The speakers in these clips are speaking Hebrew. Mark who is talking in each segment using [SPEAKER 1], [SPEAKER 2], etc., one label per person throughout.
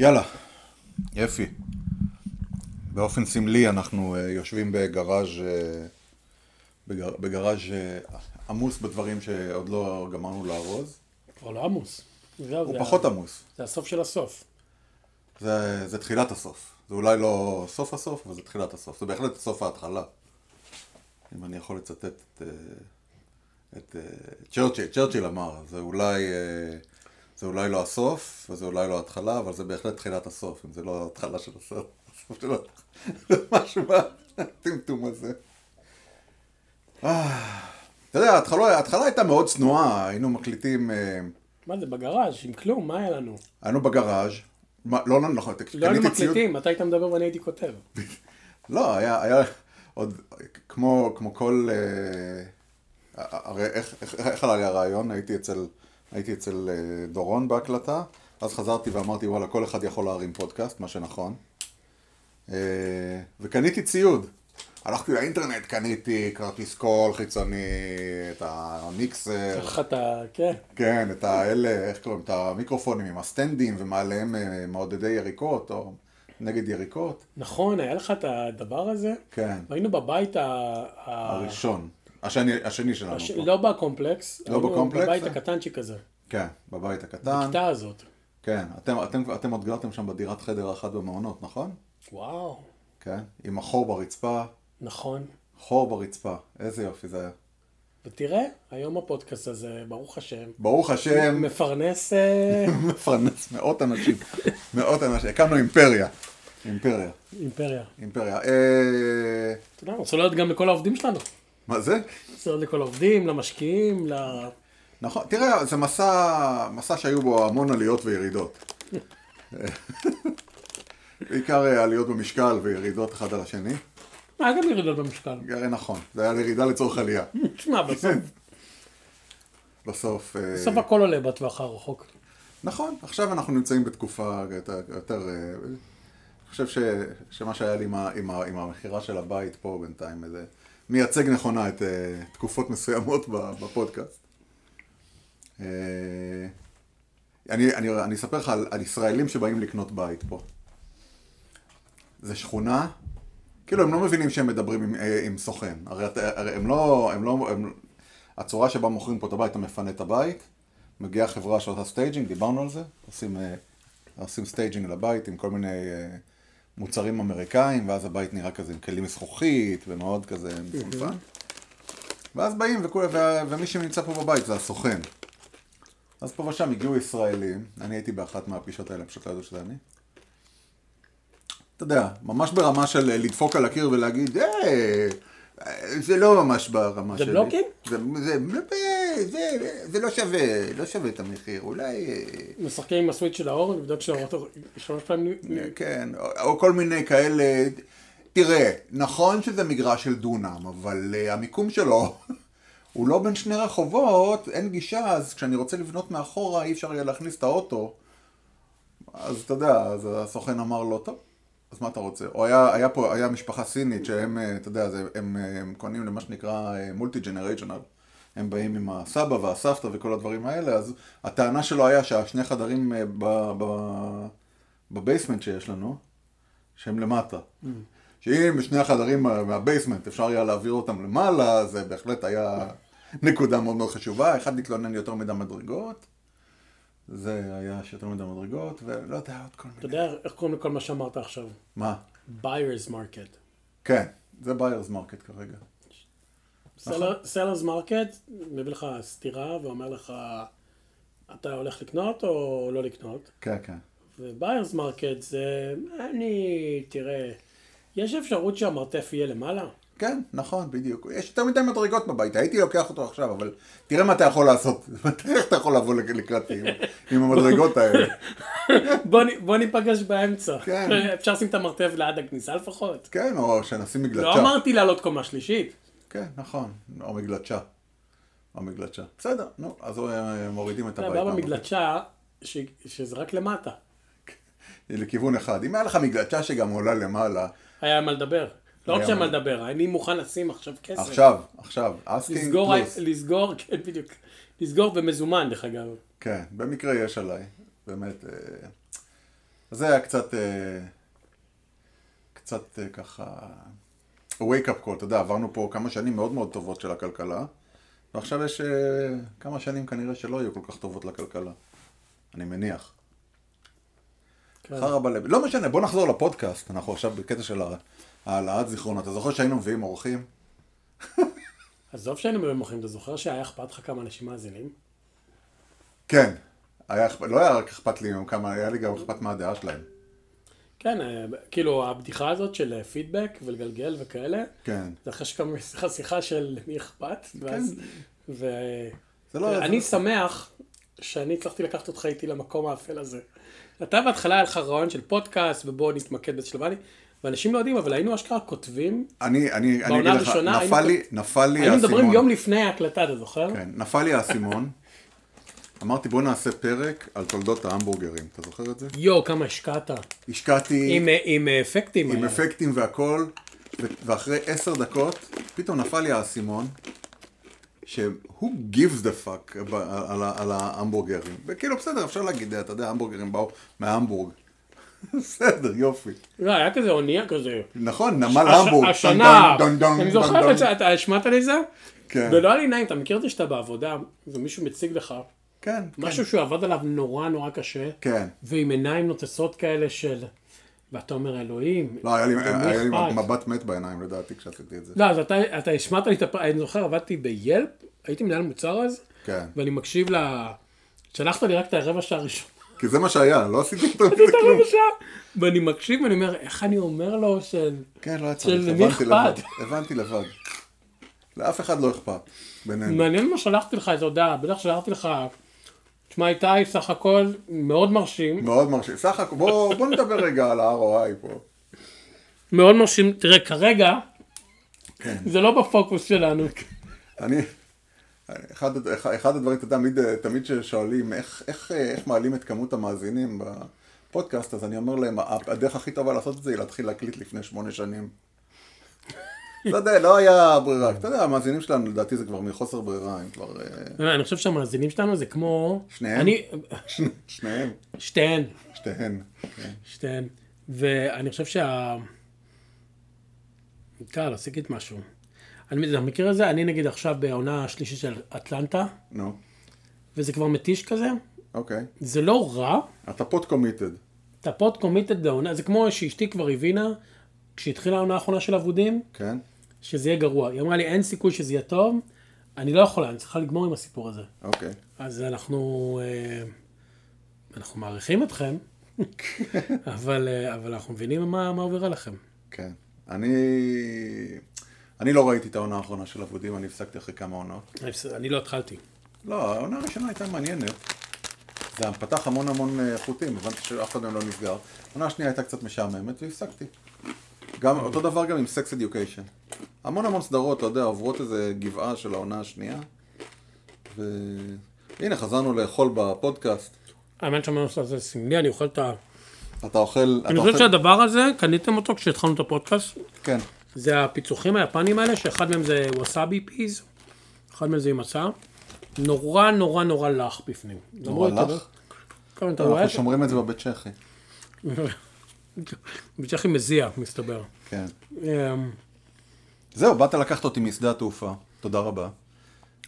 [SPEAKER 1] יאללה, יפי. באופן סמלי אנחנו אה, יושבים בגראז' אה, בגר, בגראז' אה, עמוס בדברים שעוד לא גמרנו לארוז.
[SPEAKER 2] כבר לא עמוס. זהו,
[SPEAKER 1] הוא
[SPEAKER 2] זה
[SPEAKER 1] פחות
[SPEAKER 2] ה-
[SPEAKER 1] עמוס.
[SPEAKER 2] זה הסוף של הסוף.
[SPEAKER 1] זה, זה תחילת הסוף. זה אולי לא סוף הסוף, אבל זה תחילת הסוף. זה בהחלט סוף ההתחלה. אם אני יכול לצטט את, אה, את אה, צ'רצ'יל, צ'רצ'יל אמר, זה אולי, אה, זה אולי לא הסוף, וזה אולי לא ההתחלה, אבל זה בהחלט תחילת הסוף, אם זה לא ההתחלה של הסוף. הסוף של ה- משהו מהטמטום הזה. אה, אתה יודע, ההתחלה ההתחלה הייתה מאוד צנועה, היינו מקליטים... אה,
[SPEAKER 2] מה זה, בגראז' עם כלום, מה היה לנו?
[SPEAKER 1] היינו בגראז', מה, לא, לא נכון,
[SPEAKER 2] לא היינו
[SPEAKER 1] קניתי ציוד- כן.
[SPEAKER 2] מקליטים, אתה היית מדבר ואני הייתי כותב.
[SPEAKER 1] לא, היה, היה עוד, כמו, כמו כל, אה, הרי איך, איך, איך עלה לי הרעיון, הייתי אצל, הייתי אצל אה, דורון בהקלטה, אז חזרתי ואמרתי, וואלה, כל אחד יכול להרים פודקאסט, מה שנכון. אה, וקניתי ציוד. הלכתי לאינטרנט, קניתי כרטיס קול חיצוני, את המיקסר,
[SPEAKER 2] איך אתה, כן.
[SPEAKER 1] כן, את האלה, איך קוראים? את המיקרופונים עם הסטנדים ומעליהם אה, מעודדי יריקות, או נגד יריקות.
[SPEAKER 2] נכון, היה לך את הדבר הזה?
[SPEAKER 1] כן.
[SPEAKER 2] והיינו בבית ה... ה-
[SPEAKER 1] הראשון. השני, השני שלנו.
[SPEAKER 2] הש-
[SPEAKER 1] פה.
[SPEAKER 2] לא בקומפלקס.
[SPEAKER 1] אה, לא בקומפלקס,
[SPEAKER 2] היינו בבית
[SPEAKER 1] אה?
[SPEAKER 2] הקטנצ'יק הזה.
[SPEAKER 1] כן, בבית הקטן.
[SPEAKER 2] בכיתה הזאת.
[SPEAKER 1] כן, אתם, אתם, אתם עוד גרתם שם בדירת חדר אחת במעונות, נכון?
[SPEAKER 2] וואו,
[SPEAKER 1] כן. עם החור ברצפה,
[SPEAKER 2] נכון.
[SPEAKER 1] חור ברצפה. איזה יופי זה היה.
[SPEAKER 2] ותראה, היום הפודקאסט הזה, ברוך השם,
[SPEAKER 1] ברוך השם,
[SPEAKER 2] מפרנס... אה,
[SPEAKER 1] מפרנס מאות אנשים. מאות אנשים. הקמנו אימפריה. אימפריה.
[SPEAKER 2] אימפריה.
[SPEAKER 1] אימפריה. אה...
[SPEAKER 2] אתה יודע, רוצה להיות גם לכל העובדים שלנו.
[SPEAKER 1] מה זה?
[SPEAKER 2] רוצה להיות לכל העובדים, למשקיעים, ל...
[SPEAKER 1] נכון, תראה, זה מסע, מסע שהיו בו המון עליות וירידות. בעיקר אה, עליות במשקל וירידות אחד על השני.
[SPEAKER 2] מה, גם ירידות במשקל.
[SPEAKER 1] אה, נכון, זה היה לירידה לצורך עלייה.
[SPEAKER 2] תשמע, בסוף
[SPEAKER 1] בסוף... אה,
[SPEAKER 2] בסוף הכל עולה בטווח הרחוק.
[SPEAKER 1] נכון, עכשיו אנחנו נמצאים בתקופה יותר... יותר אה, אני חושב ש, שמה שהיה לי עם, ה- עם, ה- עם המכירה של הבית פה בינתיים, זה מייצג נכונה את אה, תקופות מסוימות ב- בפודקאסט. אה, אני, אני, אני אספר לך על, על ישראלים שבאים לקנות בית פה. זה שכונה, כאילו הם לא מבינים שהם מדברים עם, אה, עם סוכן. הרי, אתה- הרי הם לא, הם לא, הם, הצורה שבה מוכרים פה את הבית, אתה מפנה את הבית, מגיעה חברה שעושה סטייג'ינג, דיברנו על זה, עושים, אה, עושים סטייג'ינג לבית עם כל מיני אה, מוצרים אמריקאים, ואז הבית נראה כזה עם כלים מזכוכית, ומאוד כזה מצומצם. ואז באים, וכול, ו- ומי שנמצא פה בבית זה הסוכן. אז פה ושם הגיעו ישראלים, אני הייתי באחת מהפגישות האלה, הם פשוט לא ידעו שזה אני. אתה יודע, ממש ברמה של אה, לדפוק על הקיר ולהגיד, אה, אה, זה לא ממש ברמה
[SPEAKER 2] זה
[SPEAKER 1] שלי.
[SPEAKER 2] בלוקים?
[SPEAKER 1] זה, זה, זה, זה, זה לא שווה, לא שווה את המחיר, אולי... אה,
[SPEAKER 2] משחקים עם הסוויץ' של האור, לבדוק שהאור שלוש פעמים...
[SPEAKER 1] כן, או, או כל מיני כאלה. תראה, נכון שזה מגרש של דונם, אבל uh, המיקום שלו הוא לא בין שני רחובות, אין גישה, אז כשאני רוצה לבנות מאחורה אי אפשר יהיה להכניס את האוטו. אז אתה יודע, אז הסוכן אמר לו, טוב, אז מה אתה רוצה? או היה, היה פה, היה משפחה סינית שהם, אה, אתה יודע, זה, הם, אה, הם קונים למה שנקרא מולטי ג'נריישנל. הם באים עם הסבא והסבתא וכל הדברים האלה, אז הטענה שלו היה שהשני חדרים אה, ב, ב, בבייסמנט שיש לנו, שהם למטה. שאם שני החדרים מה- מהבייסמנט אפשר היה להעביר אותם למעלה, זה בהחלט היה נקודה מאוד מאוד חשובה. אחד התלונן יותר מדי מדרגות, זה היה שיותר מדי מדרגות, ולא יודע, עוד כל
[SPEAKER 2] אתה
[SPEAKER 1] מיני.
[SPEAKER 2] יודע איך קוראים לכל מה שאמרת עכשיו?
[SPEAKER 1] מה?
[SPEAKER 2] buyers market.
[SPEAKER 1] כן, זה ביירס מרקט כרגע. נכון.
[SPEAKER 2] sellers market מביא לך סטירה ואומר לך, אתה הולך לקנות או לא לקנות?
[SPEAKER 1] כן, כן.
[SPEAKER 2] ו-buyers market זה, אני, תראה, יש אפשרות שהמרתף יהיה למעלה?
[SPEAKER 1] כן, נכון, בדיוק. יש יותר מדי מדרגות בבית, הייתי לוקח אותו עכשיו, אבל תראה מה אתה יכול לעשות. תראה איך אתה יכול לבוא לק- לקראתי עם- עם המדרגות האלה.
[SPEAKER 2] בוא נ- בוא ניפגש באמצע.
[SPEAKER 1] כן.
[SPEAKER 2] אפשר לשים את המרתף ליד הכניסה לפחות.
[SPEAKER 1] כן, או שנשים מגלצ'ה.
[SPEAKER 2] לא אמרתי לעלות קומה שלישית.
[SPEAKER 1] כן, נכון, או מגלצ'ה. או מגלצ'ה. בסדר, נו, אז אה, מורידים את
[SPEAKER 2] אתה
[SPEAKER 1] הבית.
[SPEAKER 2] בא
[SPEAKER 1] מהמקום.
[SPEAKER 2] במגלשה, ש- שזה רק למטה.
[SPEAKER 1] לכיוון אחד. אם היה לך מגלצ'ה שגם עולה למעלה,
[SPEAKER 2] היה מה לדבר. לא רק
[SPEAKER 1] היה
[SPEAKER 2] שהיה
[SPEAKER 1] מה
[SPEAKER 2] מה לדבר, אני מוכן לשים עכשיו כסף.
[SPEAKER 1] עכשיו, עכשיו, אסקינג
[SPEAKER 2] לסגור,
[SPEAKER 1] פלוס.
[SPEAKER 2] לסגור, כן, בדיוק.
[SPEAKER 1] אה.
[SPEAKER 2] לסגור במזומן, דרך אגב.
[SPEAKER 1] כן, במקרה יש עליי. באמת, אה, זה היה קצת, אה, קצת אה, ככה, wake up call, אתה יודע, עברנו פה כמה שנים מאוד מאוד טובות של הכלכלה, ועכשיו יש אה, כמה שנים כנראה שלא יהיו כל כך טובות לכלכלה, אני מניח.
[SPEAKER 2] כן.
[SPEAKER 1] חרא בלב. לא משנה, בוא נחזור לפודקאסט, אנחנו עכשיו בקטע של הר- העלאת זיכרונות. אתה זוכר שהיינו מביאים אורחים?
[SPEAKER 2] עזוב שהיינו במוחים, אתה זוכר שהיה אכפת לך כמה אנשים מאזינים?
[SPEAKER 1] כן. היה, אכפ- לא היה רק אכפת לי עם כמה, היה לי גם אכפת מה הדעה שלהם.
[SPEAKER 2] כן, אה, כאילו הבדיחה הזאת של אה, פידבק ולגלגל וכאלה,
[SPEAKER 1] כן.
[SPEAKER 2] זה אחרי שקמה שיחה, שיחה של למי אכפת, ואז... ו...
[SPEAKER 1] זה לא-
[SPEAKER 2] אני
[SPEAKER 1] זה-
[SPEAKER 2] שמח שאני הצלחתי לקחת אותך איתי למקום האפל הזה. אתה בהתחלה היה לך רעיון של פודקאסט, ובואו נתמקד באיזשהו דבר, ואנשים לא יודעים, אבל היינו אשכרה כותבים,
[SPEAKER 1] אני, אני, אני
[SPEAKER 2] בעונה
[SPEAKER 1] אגיד לך,
[SPEAKER 2] הראשונה
[SPEAKER 1] נפל
[SPEAKER 2] היינו-
[SPEAKER 1] לי, נפל לי
[SPEAKER 2] היינו מדברים
[SPEAKER 1] האסימון.
[SPEAKER 2] יום לפני ההקלטה, אתה זוכר?
[SPEAKER 1] כן, נפל לי האסימון. אמרתי בוא נעשה פרק על תולדות ההמבורגרים, אתה זוכר את זה?
[SPEAKER 2] יואו, כמה השקעת.
[SPEAKER 1] השקעתי
[SPEAKER 2] עם, אה, עם אה, אפקטים.
[SPEAKER 1] עם
[SPEAKER 2] היה.
[SPEAKER 1] אפקטים והכל, ו- ואחרי עשר דקות, פתאום נפל לי האסימון, ש-who gives the fuck ב- על, ה- על ההמבורגרים. וכאילו, בסדר, אפשר להגיד, אתה יודע, ההמבורגרים באו מההמבורג. בסדר, יופי.
[SPEAKER 2] לא, היה כזה אונייה כזה.
[SPEAKER 1] נכון, נמל
[SPEAKER 2] הש-
[SPEAKER 1] המבורג.
[SPEAKER 2] השנה,
[SPEAKER 1] דון, דון, דון,
[SPEAKER 2] אני
[SPEAKER 1] דון,
[SPEAKER 2] זוכר
[SPEAKER 1] דון.
[SPEAKER 2] את זה, אתה השמעת לי זה?
[SPEAKER 1] כן.
[SPEAKER 2] ולא היה לי נעים, אתה מכיר את זה שאתה בעבודה, ומישהו מציג לך
[SPEAKER 1] כן, כן,
[SPEAKER 2] משהו שהוא עבד עליו נורא נורא קשה,
[SPEAKER 1] כן.
[SPEAKER 2] ועם עיניים נוצצות כאלה של, ואתה אומר אלוהים,
[SPEAKER 1] לא, היה לי,
[SPEAKER 2] למי
[SPEAKER 1] היה לי
[SPEAKER 2] אכפת?"
[SPEAKER 1] מבט מת בעיניים, לדעתי, כשעשיתי את זה.
[SPEAKER 2] לא, אז אתה, אתה השמעת לי את הפרק, אני זוכר, עבדתי ביילפ, הייתי מנהל מוצר אז,
[SPEAKER 1] כן.
[SPEAKER 2] ואני מקשיב ל... שלחת לי רק את הרבע שעה הראשונה,
[SPEAKER 1] כי זה מה שהיה, לא עשיתי יותר מזה
[SPEAKER 2] את
[SPEAKER 1] כלום.
[SPEAKER 2] הרבע שעה, ואני מקשיב ואני אומר, איך אני אומר לו של...
[SPEAKER 1] כן, לא היה צריך,
[SPEAKER 2] של למי
[SPEAKER 1] הבנתי לבד.
[SPEAKER 2] אכפת?
[SPEAKER 1] הבנתי לבד. לאף אחד לא אכפת. בינינו.
[SPEAKER 2] מעניין מה שלחתי לך איזו הודעה, בטח שלחתי לך, תשמע איתי, סך הכל מאוד מרשים,
[SPEAKER 1] מאוד מרשים. סך הכל, בוא, בוא נדבר רגע על ה-ROI פה.
[SPEAKER 2] מאוד מרשים, תראה, כרגע, זה לא בפוקוס שלנו.
[SPEAKER 1] כן. אני, אחד, אחד, אחד הדברים, אתה יודע, תמיד, תמיד ששואלים איך, איך, איך מעלים את כמות המאזינים בפודקאסט, אז אני אומר להם, "ה- הדרך הכי טובה לעשות את זה היא להתחיל להקליט לפני שמונה שנים. לא יודע, לא היה ברירה. אתה יודע, המאזינים שלנו, לדעתי זה כבר מחוסר ברירה, הם כבר... אה,
[SPEAKER 2] אני חושב שהמאזינים שלנו זה כמו...
[SPEAKER 1] שניהם?
[SPEAKER 2] אני...
[SPEAKER 1] שניהם,
[SPEAKER 2] שתיהן.
[SPEAKER 1] שתיהן. כן.
[SPEAKER 2] שתיהן. ואני חושב שה... קל, עשיתי משהו. אני אתה מכיר את זה, אני נגיד עכשיו בעונה השלישית של אטלנטה,
[SPEAKER 1] נו,
[SPEAKER 2] וזה כבר מתיש כזה,
[SPEAKER 1] אוקיי.
[SPEAKER 2] זה לא רע,
[SPEAKER 1] אתה פוד קומיטד.
[SPEAKER 2] אתה פוד קומיטד לעונה, זה כמו שאשתי כבר הבינה, כשהתחילה העונה האחרונה של אבודים,
[SPEAKER 1] כן?
[SPEAKER 2] שזה יהיה גרוע. היא אמרה לי, אין סיכוי שזה יהיה טוב, אני לא יכולה, אני צריכה לגמור עם הסיפור הזה.
[SPEAKER 1] אוקיי.
[SPEAKER 2] אז אנחנו, אה, אנחנו מעריכים אתכם, אבל, אה, אבל אנחנו מבינים מה, מה עובר עליכם.
[SPEAKER 1] כן. אני... אני לא ראיתי את העונה האחרונה של אבודים, אני הפסקתי אחרי כמה עונות.
[SPEAKER 2] אני פס- אני לא התחלתי.
[SPEAKER 1] לא, העונה הראשונה הייתה מעניינת. זה פתח המון המון אה, חוטים, הבנתי שאף אחד מהם לא נסגר. העונה השנייה הייתה קצת משעממת והפסקתי. גם, אותו דבר גם עם סקס אדיוקיישן. המון המון סדרות, אתה יודע, עוברות איזה גבעה של העונה השנייה. והנה, חזרנו לאכול בפודקאסט.
[SPEAKER 2] האמת שאמרנו שזה סמלי, אני אוכל את ה...
[SPEAKER 1] אתה אוכל...
[SPEAKER 2] אני חושב שהדבר הזה, קניתם אותו כשהתחלנו את הפודקאסט,
[SPEAKER 1] כן,
[SPEAKER 2] זה הפיצוחים היפנים האלה, שאחד מהם זה ווסאבי פיז, אחד מהם זה עם מצה. נורא נורא נורא לח בפנים.
[SPEAKER 1] נורא לך.
[SPEAKER 2] כן, אתה רואה?
[SPEAKER 1] אנחנו שומרים את זה בבית צ'כי.
[SPEAKER 2] בצ'כי מזיע, מסתבר.
[SPEAKER 1] כן.
[SPEAKER 2] אמ,
[SPEAKER 1] זהו, באת לקחת אותי משדה התעופה, תודה רבה.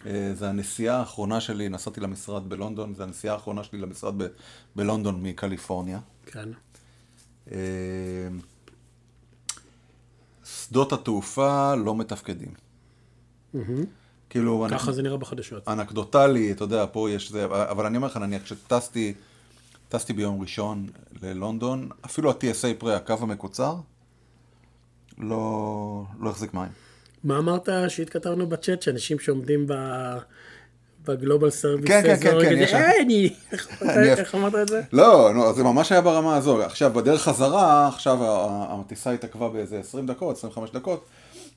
[SPEAKER 1] אה, זו הנסיעה האחרונה שלי, נסעתי למשרד בלונדון, זו הנסיעה האחרונה שלי למשרד ב- בלונדון מקליפורניה.
[SPEAKER 2] כן.
[SPEAKER 1] אה, שדות התעופה לא מתפקדים. כאילו, אנחנו-
[SPEAKER 2] ככה זה נראה בחדשות.
[SPEAKER 1] אנקדוטלי, אתה יודע, פה יש זה, אבל אני אומר לך, נניח כשטסתי, טסתי ביום ראשון ללונדון, אפילו ה-TSA פרי, הקו המקוצר, לא, לא החזיק מים.
[SPEAKER 2] מה אמרת שהתכתבנו בצ'אט, שאנשים שעומדים ב... בגלובל סרוויס,
[SPEAKER 1] כן, כן, כן, כן, יש שם.
[SPEAKER 2] "אה, אני...
[SPEAKER 1] אני-
[SPEAKER 2] איך אמרת את זה?
[SPEAKER 1] לא, לא, זה ממש היה ברמה הזו. עכשיו, בדרך חזרה, עכשיו ה- ה- הטיסה התעכבה באיזה 20 דקות, 25 דקות,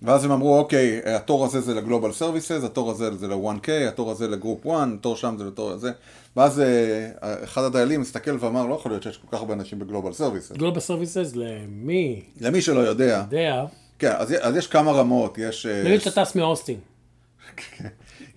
[SPEAKER 1] ואז הם אמרו, אוקיי, התור הזה זה לגלובל סרוויסס, התור הזה זה ל-1K, התור הזה לגרופ 1, התור שם זה לתור הזה. ואז אה, אחד הדיילים הסתכל ואמר, לא יכול להיות שיש כל כך הרבה אנשים בגלובל סרוויסס.
[SPEAKER 2] גלובל סרוויסס למי
[SPEAKER 1] למי שלא יודע,
[SPEAKER 2] יודע,
[SPEAKER 1] כן, אז, אז יש כמה רמות, יש... אה,
[SPEAKER 2] נגיד שאתה טס מאוסטין, כן.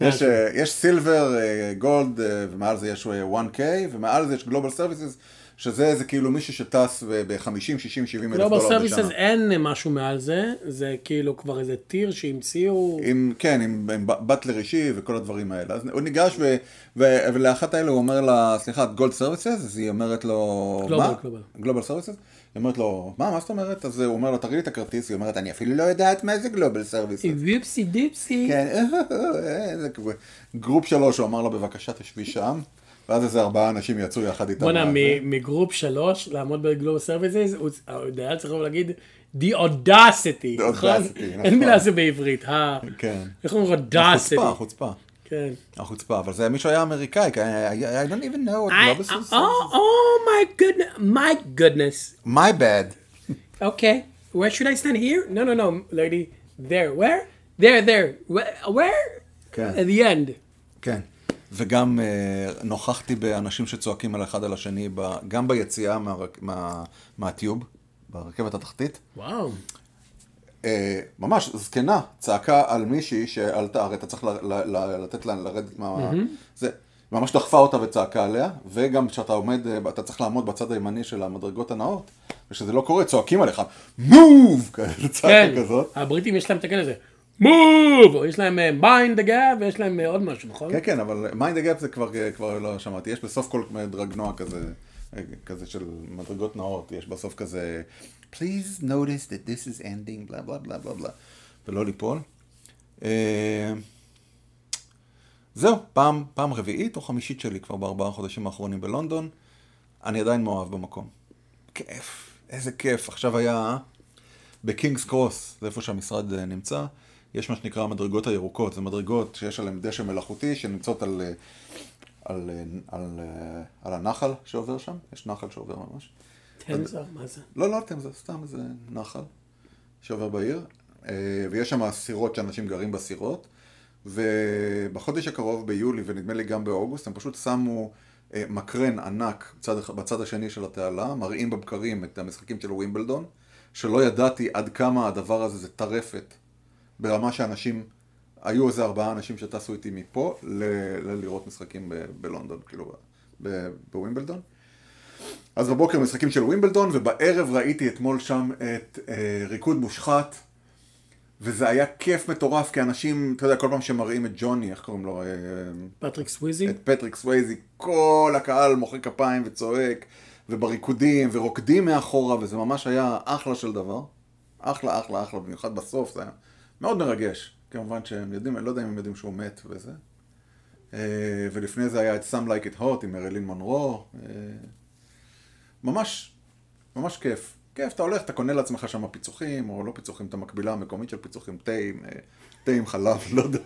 [SPEAKER 1] יש, אה, יש סילבר, אה, גולד, אה, ומעל זה יש אה, 1K, ומעל זה יש גלובל סרוויסס, שזה זה כאילו מישהו שטס ב-50, 60, 70 אלף
[SPEAKER 2] גלובל
[SPEAKER 1] דולר
[SPEAKER 2] סרוויסס
[SPEAKER 1] בשנה.
[SPEAKER 2] אין משהו מעל זה, זה כאילו כבר איזה טיר שהמציאו.
[SPEAKER 1] עם, כן, עם, עם ב- באטלר אישי וכל הדברים האלה. אז הוא ניגש, ו, ו, ולאחת האלה הוא אומר לה, סליחה, את גולד סרוויסס? אז היא אומרת לו,
[SPEAKER 2] Global,
[SPEAKER 1] מה?
[SPEAKER 2] Global.
[SPEAKER 1] גלובל סרוויסס? היא אומרת לו, מה, מה זאת אומרת? אז הוא אומר לו, תראי לי את הכרטיס, היא אומרת, אני אפילו לא יודעת מה זה גלובל סרוויסס.
[SPEAKER 2] ויפסי דיפסי.
[SPEAKER 1] כן, איזה כבוד. גרופ שלוש, הוא אמר לה, בבקשה תשבי שם, ואז איזה ארבעה אנשים יצאו יחד איתם.
[SPEAKER 2] בואנה,
[SPEAKER 1] מה-
[SPEAKER 2] מ- מגרופ שלוש, לעמוד בגלובל סרוויזיז, הדייל צריך לבוא להגיד, The Audacity.
[SPEAKER 1] The
[SPEAKER 2] נכון?
[SPEAKER 1] Audacity, נכון.
[SPEAKER 2] אין מילה זה בעברית, ה...
[SPEAKER 1] כן.
[SPEAKER 2] איך אומרים
[SPEAKER 1] החוצפה,
[SPEAKER 2] Audacity?
[SPEAKER 1] החוצפה.
[SPEAKER 2] כן.
[SPEAKER 1] החוצפה, אבל זה מישהו היה אמריקאי, כי I I don't even know,
[SPEAKER 2] I-
[SPEAKER 1] it, לא בסוס.
[SPEAKER 2] Oh, oh my goodness, my goodness.
[SPEAKER 1] My bad.
[SPEAKER 2] Okay, where should I stand here? No, no, no, lady. There, where? There, there. Where? where?
[SPEAKER 1] כן.
[SPEAKER 2] At the end.
[SPEAKER 1] כן. וגם אה, נוכחתי באנשים שצועקים על אחד על השני, ב- גם ביציאה מהרק- מה- מהטיוב, ברכבת התחתית.
[SPEAKER 2] וואו.
[SPEAKER 1] אוקיי, אה, ממש זקנה צעקה על מישהי שעלתה, הרי אתה צריך ל, ל, ל, לתת לה לרדת מה... זה, ממש דחפה אותה וצעקה עליה, וגם כשאתה עומד, אה, אתה צריך לעמוד בצד הימני של המדרגות הנאות, וכשזה לא קורה, צועקים עליך, מוב! כזה
[SPEAKER 2] כן,
[SPEAKER 1] צעקה כזאת.
[SPEAKER 2] הבריטים יש להם את הקטע הזה. מוב! יש להם אה, mind the gap ויש להם אה, עוד משהו, נכון?
[SPEAKER 1] כן, כן, אבל מיינד הגאפ זה כבר, כבר לא שמעתי, יש בסוף כל מדרג נוע כזה, אה, כזה של מדרגות נאות, יש בסוף כזה, please notice that this is ending, בלה בלה בלה בלה בלה, ולא ליפול. אה, זהו, פעם, פעם רביעית או חמישית שלי כבר בארבעה חודשים האחרונים בלונדון, אני עדיין מאוהב במקום. כיף, איזה כיף. עכשיו היה בקינגס קרוס, זה איפה שהמשרד אה, נמצא, יש מה שנקרא המדרגות הירוקות, זה מדרגות שיש עליהן דשא מלאכותי, שנמצאות על, אה, על, אה, על, אה, על הנחל שעובר שם, יש נחל שעובר ממש.
[SPEAKER 2] טנזר, מה זה?
[SPEAKER 1] לא, לא אתם, זה סתם איזה נחל שעובר בעיר, אה, ויש שם סירות שאנשים גרים בסירות, ובחודש הקרוב, ביולי, ונדמה לי גם באוגוסט, הם פשוט שמו אה, מקרן ענק צד, אח- בצד השני של התעלה, מראים בבקרים את המשחקים של ווימבלדון, שלא ידעתי עד כמה הדבר הזה זה טרפת, ברמה שאנשים... היו איזה ארבעה אנשים שטסו איתי מפה ל, ל- לראות משחקים ב- בלונדון, כאילו ב- ב- בווימבלדון. אז בבוקר משחקים של ווימבלדון, ובערב ראיתי אתמול שם את אה, ריקוד מושחת, וזה היה כיף מטורף, כי אנשים, אתה יודע, כל פעם שמראים את ג'וני, איך קוראים לו, אה,
[SPEAKER 2] פטריק סוויזי?
[SPEAKER 1] את פטריק סווייזי, כל הקהל מוחא כפיים וצועק, ובריקודים, ורוקדים מאחורה, וזה ממש היה אחלה של דבר. אחלה, אחלה, אחלה, במיוחד בסוף, זה היה מאוד מרגש. כמובן שהם יודעים, אני לא יודע אם הם יודעים שהוא מת וזה. אה, ולפני זה היה את Some Like It Hot עם מרילין מונרו. אה, ממש, ממש כיף. כיף, אתה הולך, אתה קונה לעצמך שם פיצוחים, או לא פיצוחים, את המקבילה המקומית של פיצוחים, תה עם, אה, תה עם חלב, לא יודע.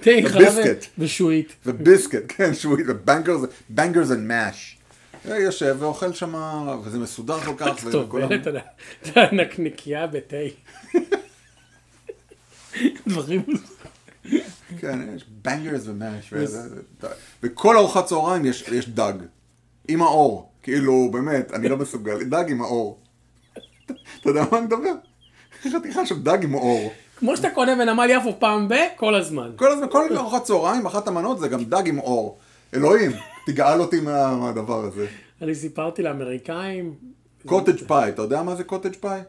[SPEAKER 2] תה, חלב
[SPEAKER 1] וביסקט.
[SPEAKER 2] ושועית.
[SPEAKER 1] וביסקט, כן, שהוא בנגרס, בנגרס אנד מאש. יושב ואוכל שם, וזה מסודר כל כך, וכולם-
[SPEAKER 2] טובלת על ה- על הנקניקייה בתה. דברים...
[SPEAKER 1] כן, יש בנגרס ומאש, וכל ארוחת צהריים יש יש דג, עם האור, כאילו, באמת, אני לא מסוגל, דג עם האור. אתה יודע מה אני מדבר? חתיכה של דג עם אור.
[SPEAKER 2] כמו שאתה קונה בנמל יפו פעם ב... כל הזמן.
[SPEAKER 1] כל הזמן, כל ארוחת צהריים, אחת המנות זה גם דג עם אור. אלוהים, תגאל אותי מה- מהדבר הזה.
[SPEAKER 2] אני סיפרתי לאמריקאים,
[SPEAKER 1] קוטג' פאי, אתה יודע מה זה קוטג' פאי?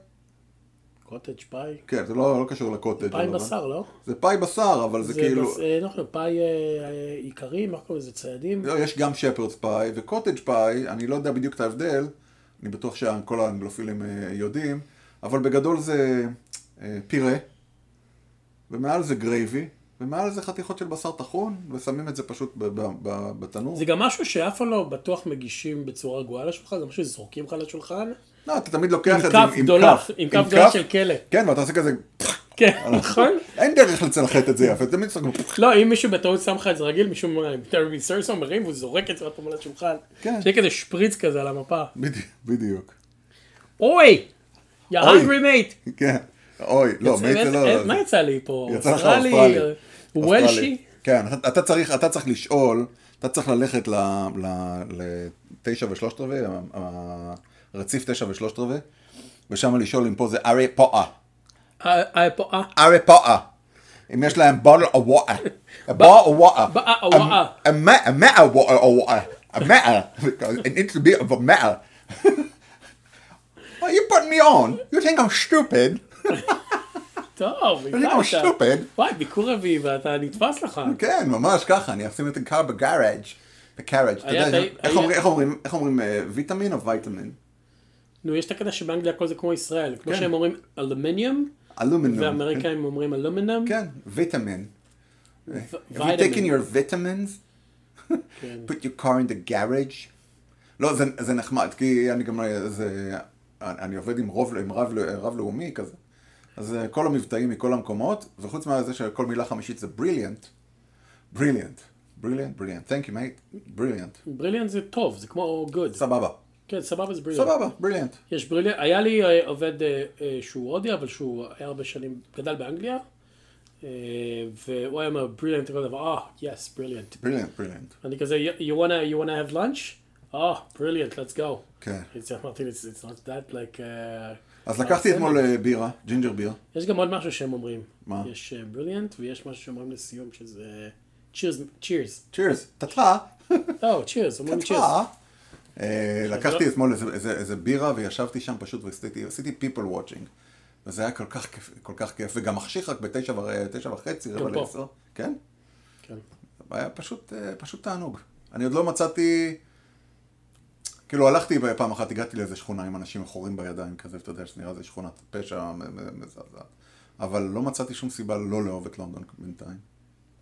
[SPEAKER 2] קוטג' פאי.
[SPEAKER 1] כן, זה לא לא קשור לקוטג'.
[SPEAKER 2] פאי
[SPEAKER 1] אבל-
[SPEAKER 2] בשר, לא?
[SPEAKER 1] זה פאי בשר, אבל זה,
[SPEAKER 2] זה
[SPEAKER 1] כאילו...
[SPEAKER 2] בס- אה, לא חושב, פאי אה, אה, איכרים, איך קוראים לזה? ציידים?
[SPEAKER 1] לא, יש גם שפרדס פאי וקוטג' פאי, אני לא יודע בדיוק את ההבדל, אני בטוח שכל האנגלופילים אה, יודעים, אבל בגדול זה אה, פירה, ומעל זה גרייבי, ומעל זה חתיכות של בשר טחון, ושמים את זה פשוט ב- ב- ב- בתנור.
[SPEAKER 2] זה גם משהו שאף פעם לא בטוח מגישים בצורה רגועה לשולחן, זה משהו שזורקים לך לשולחן.
[SPEAKER 1] לא, אתה תמיד לוקח
[SPEAKER 2] עם
[SPEAKER 1] את זה
[SPEAKER 2] כף גדולה, עם כף גדולה של כלא.
[SPEAKER 1] כן, ואתה עושה כזה,
[SPEAKER 2] כן,
[SPEAKER 1] אה.
[SPEAKER 2] נכון?
[SPEAKER 1] אין דרך לצלחת את זה יפה, תמיד צריך...
[SPEAKER 2] לא, אם מישהו בטעות שם לך את זה רגיל, מישהו מסרסון מרים והוא זורק את זה עוד פעם על השולחן.
[SPEAKER 1] כן.
[SPEAKER 2] שיהיה כזה שפריץ כזה על המפה.
[SPEAKER 1] בדיוק, בדיוק.
[SPEAKER 2] אוי! יא
[SPEAKER 1] אוי.
[SPEAKER 2] hungry mate! אה,
[SPEAKER 1] כן. אוי, לא, מי זה לא...
[SPEAKER 2] מה יצא לי פה?
[SPEAKER 1] יצא לך
[SPEAKER 2] אוסטרלי,
[SPEAKER 1] אוסטרלי.
[SPEAKER 2] הוא
[SPEAKER 1] אוסטרלי.
[SPEAKER 2] וולשי?
[SPEAKER 1] כן, אתה- אתה צריך, אתה צריך לשאול, אתה צריך ללכת ל- ל- לתשע ושלושת רבעי, ה- ה- רציף תשע ושלושת רבעי, ושם לשאול אם פה זה ארי פואה.
[SPEAKER 2] אה, אה, פה, אה.
[SPEAKER 1] ארי פואה. אם יש להם בר הוואה. בר אמ, הוואה.
[SPEAKER 2] בר הוואה.
[SPEAKER 1] המאה, המאה הוואה. המאה. It needs to be of a מאה. Well, you put me on. You think I'm stupid.
[SPEAKER 2] טוב,
[SPEAKER 1] כמו
[SPEAKER 2] הגעת.
[SPEAKER 1] שטופד.
[SPEAKER 2] וואי, ביקור רביעי ואתה נתפס לך.
[SPEAKER 1] כן, ממש ככה, אני אשים את הקר בגאראג'. בקאראג'. אתה
[SPEAKER 2] היה
[SPEAKER 1] יודע,
[SPEAKER 2] די-
[SPEAKER 1] איך
[SPEAKER 2] היה-
[SPEAKER 1] אומרים- איך אומרים- איך אומרים אה, ויטמין או וייטמין?
[SPEAKER 2] נו, יש את הקטע שבאנגליה הכל זה כמו ישראל. כמו
[SPEAKER 1] כן.
[SPEAKER 2] שהם אומרים אלומיניום,
[SPEAKER 1] אלומינום.
[SPEAKER 2] והאמריקאים אומרים אלומינום.
[SPEAKER 1] כן, ויטמין. Have you taken
[SPEAKER 2] וייטמין.
[SPEAKER 1] your vitamins?
[SPEAKER 2] כן.
[SPEAKER 1] put your car in the garage? לא, זה, זה נחמד, כי אני גם... אה, זה, אני עובד עם, רוב, עם רב, רב לאומי כזה. אז אה, כל המבטאים מכל המקומות, וחוץ מזה שכל מילה חמישית זה בריליאנט. בריליאנט. בריליאנט, בריליאנט. Thank you, mate. בריליאנט.
[SPEAKER 2] בריליאנט זה טוב, זה כמו גוד.
[SPEAKER 1] סבבה.
[SPEAKER 2] כן, סבבה זה בריליאנט.
[SPEAKER 1] סבבה, בריליאנט.
[SPEAKER 2] יש בריליאנט, היה לי אה, עובד אה, אה, שהוא הודי, אבל שהוא היה הרבה שנים, גדל באנגליה, אה, והוא היה אומר בריליאנט, וכל דבר, אה, יס, בריליאנט.
[SPEAKER 1] בריליאנט, בריליאנט.
[SPEAKER 2] אני כזה, "You- you wanna, you wanna have lunch? אה, בריליאנט, let's go.
[SPEAKER 1] כן.
[SPEAKER 2] אז אמרתי, "It's- it's not that, like... אה,
[SPEAKER 1] אז לקחתי
[SPEAKER 2] אה,
[SPEAKER 1] אתמול אה, בירה, ג'ינג'ר ביר.
[SPEAKER 2] יש גם עוד משהו שהם אומרים.
[SPEAKER 1] מה?
[SPEAKER 2] יש בריליאנט, ויש משהו שאומרים לסיום, שזה... צ'ירס, צ'ירס.
[SPEAKER 1] צ'ירס. תתלה.
[SPEAKER 2] לא, צ'ירס, אומרים צ'ירס.
[SPEAKER 1] תתלה. אה, לקחתי אתמול איזה- איזה איזה בירה וישבתי שם פשוט ועשיתי עשיתי people watching. וזה היה כל כך כיף, כל כך כיף, וגם מחשיך רק בתשע ור- אה, תשע וחצי, רבע
[SPEAKER 2] פה.
[SPEAKER 1] לעשר. כן?
[SPEAKER 2] כן.
[SPEAKER 1] היה פשוט, אה, פשוט תענוג. אני עוד לא מצאתי... כאילו הלכתי פעם אחת, הגעתי לאיזה שכונה עם אנשים מכורים בידיים כזה, ואתה יודע שנראה זה שכונת פשע מ- מ- מזעזעת. אבל לא מצאתי שום סיבה לא לאהוב את לונדון בינתיים.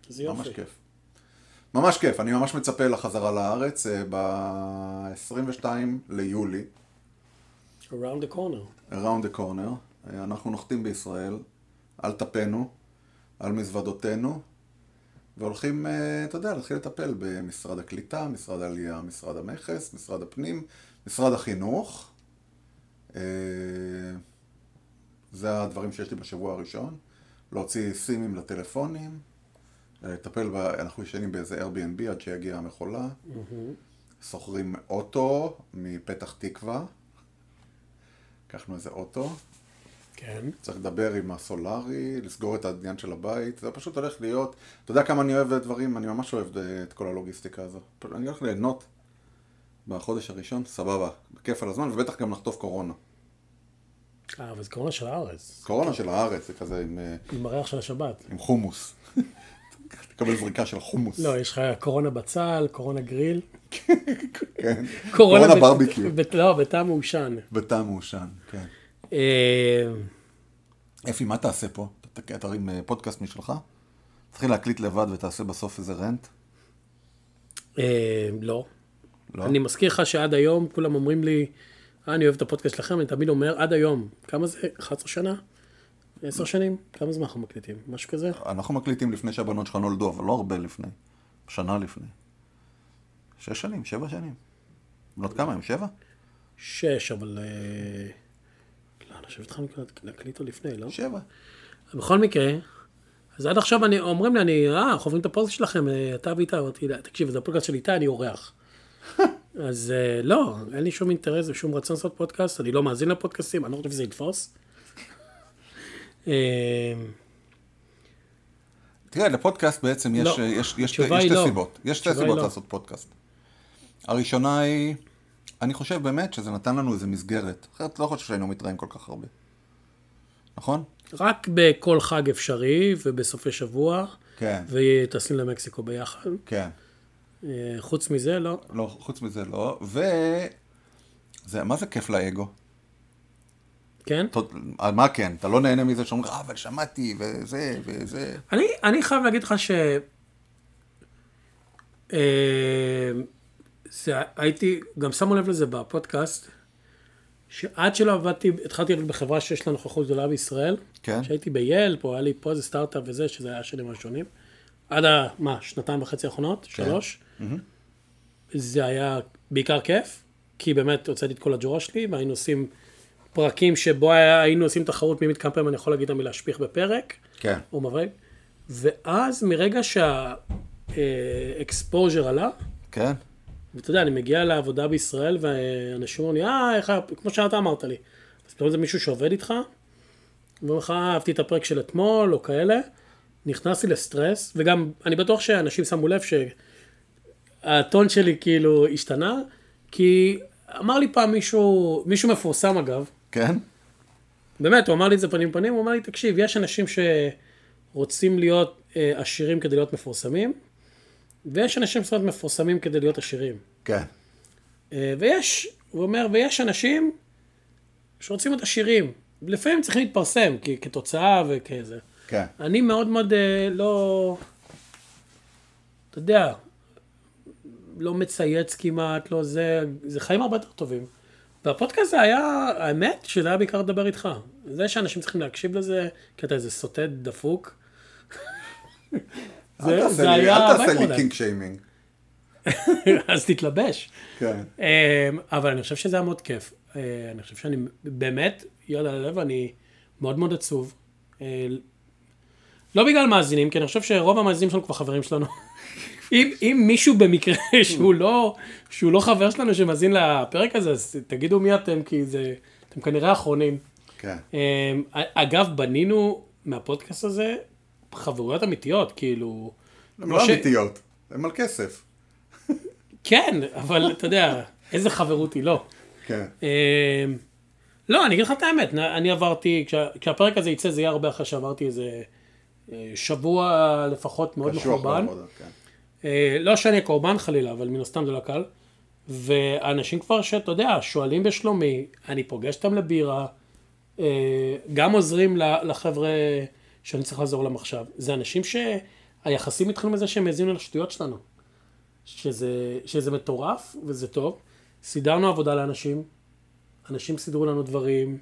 [SPEAKER 2] זה
[SPEAKER 1] ממש
[SPEAKER 2] יופי.
[SPEAKER 1] כיף. ממש כיף, אני ממש מצפה לחזרה לארץ ב-22 ליולי,
[SPEAKER 2] around the corner.
[SPEAKER 1] around the corner. אה, אנחנו נוחתים בישראל, על טפנו, על מזוודותינו, והולכים, אה, אתה יודע, להתחיל לטפל במשרד הקליטה, משרד העלייה, משרד המכס, משרד הפנים, משרד החינוך. אה, זה הדברים שיש לי בשבוע הראשון. להוציא סימים לטלפונים, אה, לטפל ב... אנחנו ישנים באיזה Airbnb עד שיגיע המכולה. שוכרים אוטו מפתח תקווה. לקחנו איזה אוטו.
[SPEAKER 2] כן.
[SPEAKER 1] צריך לדבר עם הסולארי, לסגור את העניין של הבית, זה פשוט הולך להיות, אתה יודע כמה אני אוהב דברים, אני ממש אוהב אה, את כל הלוגיסטיקה הזו. פ- אני הולך ליהנות בחודש הראשון, סבבה, בכיף על הזמן, ובטח גם נחטוף קורונה.
[SPEAKER 2] אה, אבל זה קורונה של הארץ.
[SPEAKER 1] קורונה של הארץ, זה כזה עם, אה,
[SPEAKER 2] עם הריח של השבת.
[SPEAKER 1] עם חומוס. תקבל זריקה של חומוס.
[SPEAKER 2] לא, יש לך קורונה בצל, קורונה גריל.
[SPEAKER 1] כן.
[SPEAKER 2] קורונה
[SPEAKER 1] קורונה
[SPEAKER 2] בת-
[SPEAKER 1] ברביקיו.
[SPEAKER 2] בת- לא, בתא מעושן.
[SPEAKER 1] בתא מעושן, כן.
[SPEAKER 2] אה,
[SPEAKER 1] אפי, מה תעשה פה? אתה ת- תרים אה, פודקאסט משלך? תתחיל להקליט לבד ותעשה בסוף איזה רנט?
[SPEAKER 2] אה, לא.
[SPEAKER 1] לא?
[SPEAKER 2] אני מזכיר לך שעד היום כולם אומרים לי, אה, אני אוהב את הפודקאסט שלכם, אני תמיד אומר, עד היום. כמה זה? 11 שנה? 10 שנים? כמה זמן אנחנו מקליטים? משהו כזה?
[SPEAKER 1] אנחנו מקליטים לפני שהבנות שלך נולדו, אבל לא הרבה לפני. שנה לפני. שש שנים, שבע שנים. בנות כמה הם? שבע?
[SPEAKER 2] שש, אבל... אה, לא, אני חושב שהתחלנו להק- להקליט עוד לפני, לא?
[SPEAKER 1] שבע.
[SPEAKER 2] בכל מקרה, אז עד עכשיו אני, אומרים לי, אני, אה, אנחנו עוברים את הפודקאסט שלכם, אה, אתה ואיתי, אמרתי, "לא, תקשיב, זה הפודקאסט של איתי, אני אורח. אז אה, לא, אין לי שום אינטרס ושום רצון לעשות פודקאסט, אני לא מאזין לפודקאסטים, אני לא חושב שזה יתפוס. אה,
[SPEAKER 1] תראה, לפודקאסט בעצם יש,
[SPEAKER 2] לא.
[SPEAKER 1] יש, יש,
[SPEAKER 2] התשובה
[SPEAKER 1] יש
[SPEAKER 2] היא
[SPEAKER 1] שתי
[SPEAKER 2] לא.
[SPEAKER 1] סיבות. יש שתי
[SPEAKER 2] התשובה היא
[SPEAKER 1] סיבות
[SPEAKER 2] לא.
[SPEAKER 1] לעשות פודקאסט. הראשונה היא, אני חושב באמת שזה נתן לנו איזה מסגרת. אחרת לא חושב שהיינו מתראים כל כך הרבה. נכון?
[SPEAKER 2] רק בכל חג אפשרי ובסופי שבוע,
[SPEAKER 1] כן,
[SPEAKER 2] וטסים למקסיקו ביחד.
[SPEAKER 1] כן.
[SPEAKER 2] אה, חוץ מזה, לא.
[SPEAKER 1] לא, חוץ מזה לא. ו... זה, מה זה כיף לאגו?
[SPEAKER 2] כן?
[SPEAKER 1] אתה- מה כן? אתה לא נהנה מזה שאומרים לך, "אה, אבל שמעתי, וזה, וזה.
[SPEAKER 2] אני, אני חייב להגיד לך ש... אה, זה, הייתי, גם שמו לב לזה בפודקאסט, שעד שלא עבדתי, התחלתי לעבוד בחברה שיש לה נוכחות גדולה בישראל.
[SPEAKER 1] כן.
[SPEAKER 2] כשהייתי ביילפ, או היה לי פה איזה סטארט-אפ וזה, שזה היה השנים הראשונים. עד ה... מה, שנתיים וחצי האחרונות? שלוש? זה היה בעיקר כיף, כי באמת הוצאתי את כל הג'ורה שלי, והיינו עושים פרקים שבו היה, היינו עושים תחרות מי מתקם פעמים, אני יכול להגיד את המילה שפיך בפרק.
[SPEAKER 1] כן.
[SPEAKER 2] או מברג. ואז מרגע שהאקספוז'ר עלה,
[SPEAKER 1] כן?
[SPEAKER 2] ואתה יודע, אני מגיע לעבודה בישראל, ואנשים אומרים לי, אה, איך היה, כמו שאתה אמרת לי. אז פתאום זה מישהו שעובד איתך, ואומר לך, "אה, אהבתי את הפרק של אתמול, או כאלה, נכנסתי לסטרס, וגם, אני בטוח שאנשים שמו לב שהטון שלי כאילו השתנה, כי אמר לי פעם מישהו, מישהו מפורסם אגב,
[SPEAKER 3] כן?
[SPEAKER 2] באמת, הוא אמר לי את זה פנים בפנים, הוא אמר לי, תקשיב, יש אנשים שרוצים להיות אה, עשירים כדי להיות מפורסמים, ויש אנשים שרוצים להיות מפורסמים כדי להיות עשירים.
[SPEAKER 3] כן.
[SPEAKER 2] אה, ויש, הוא אומר, ויש אנשים שרוצים להיות עשירים. לפעמים צריכים להתפרסם, כי, כתוצאה וכזה.
[SPEAKER 1] כן.
[SPEAKER 2] אני מאוד מאוד אה, לא, אתה יודע, לא מצייץ כמעט, לא זה, זה חיים הרבה יותר טובים. והפודקאסט זה היה, האמת, שזה היה בעיקר לדבר איתך. זה שאנשים צריכים להקשיב לזה, כי אתה איזה סוטה דפוק.
[SPEAKER 1] אל תעשה לי- אל תעשה לי קינק שיימינג.
[SPEAKER 2] אז תתלבש.
[SPEAKER 1] כן.
[SPEAKER 2] אמ, אבל אני חושב שזה היה מאוד כיף. אה, אני חושב שאני באמת, יד על הלב, אני מאוד מאוד עצוב. אה, לא בגלל מאזינים, כי אני חושב שרוב המאזינים שלנו כבר חברים שלנו. אם, אם מישהו במקרה שהוא לא, שהוא לא חבר שלנו שמאזין לפרק הזה, אז תגידו מי אתם, כי זה, אתם כנראה האחרונים.
[SPEAKER 1] כן.
[SPEAKER 2] אמ, אגב, בנינו מהפודקאסט הזה חברויות אמיתיות, כאילו...
[SPEAKER 1] הן
[SPEAKER 2] כמו
[SPEAKER 1] לא
[SPEAKER 2] ש-
[SPEAKER 1] אמיתיות, הן על כסף.
[SPEAKER 2] כן, אבל אתה יודע, איזה חברות היא לא.
[SPEAKER 1] כן.
[SPEAKER 2] אמ, לא, אני אגיד לך את האמת, נ- אני עברתי, כשה- כשהפרק הזה יצא זה יהיה הרבה אחרי שעברתי איזה אה, שבוע לפחות מאוד
[SPEAKER 1] קשוח
[SPEAKER 2] מחורבן.
[SPEAKER 1] בעבודה, כן.
[SPEAKER 2] אה, לא שאני הקורבן חלילה, אבל מן הסתם זה לא קל. ואנשים כבר, שאתה יודע, שואלים בשלומי, אני פוגש אותם לבירה, אה, גם עוזרים ל- לחבר'ה שאני צריך לעזור להם עכשיו. זה אנשים שהיחסים התחילו מזה שהם האזינו לשטויות שלנו. שזה, שזה מטורף וזה טוב. סידרנו עבודה לאנשים, אנשים סידרו לנו דברים.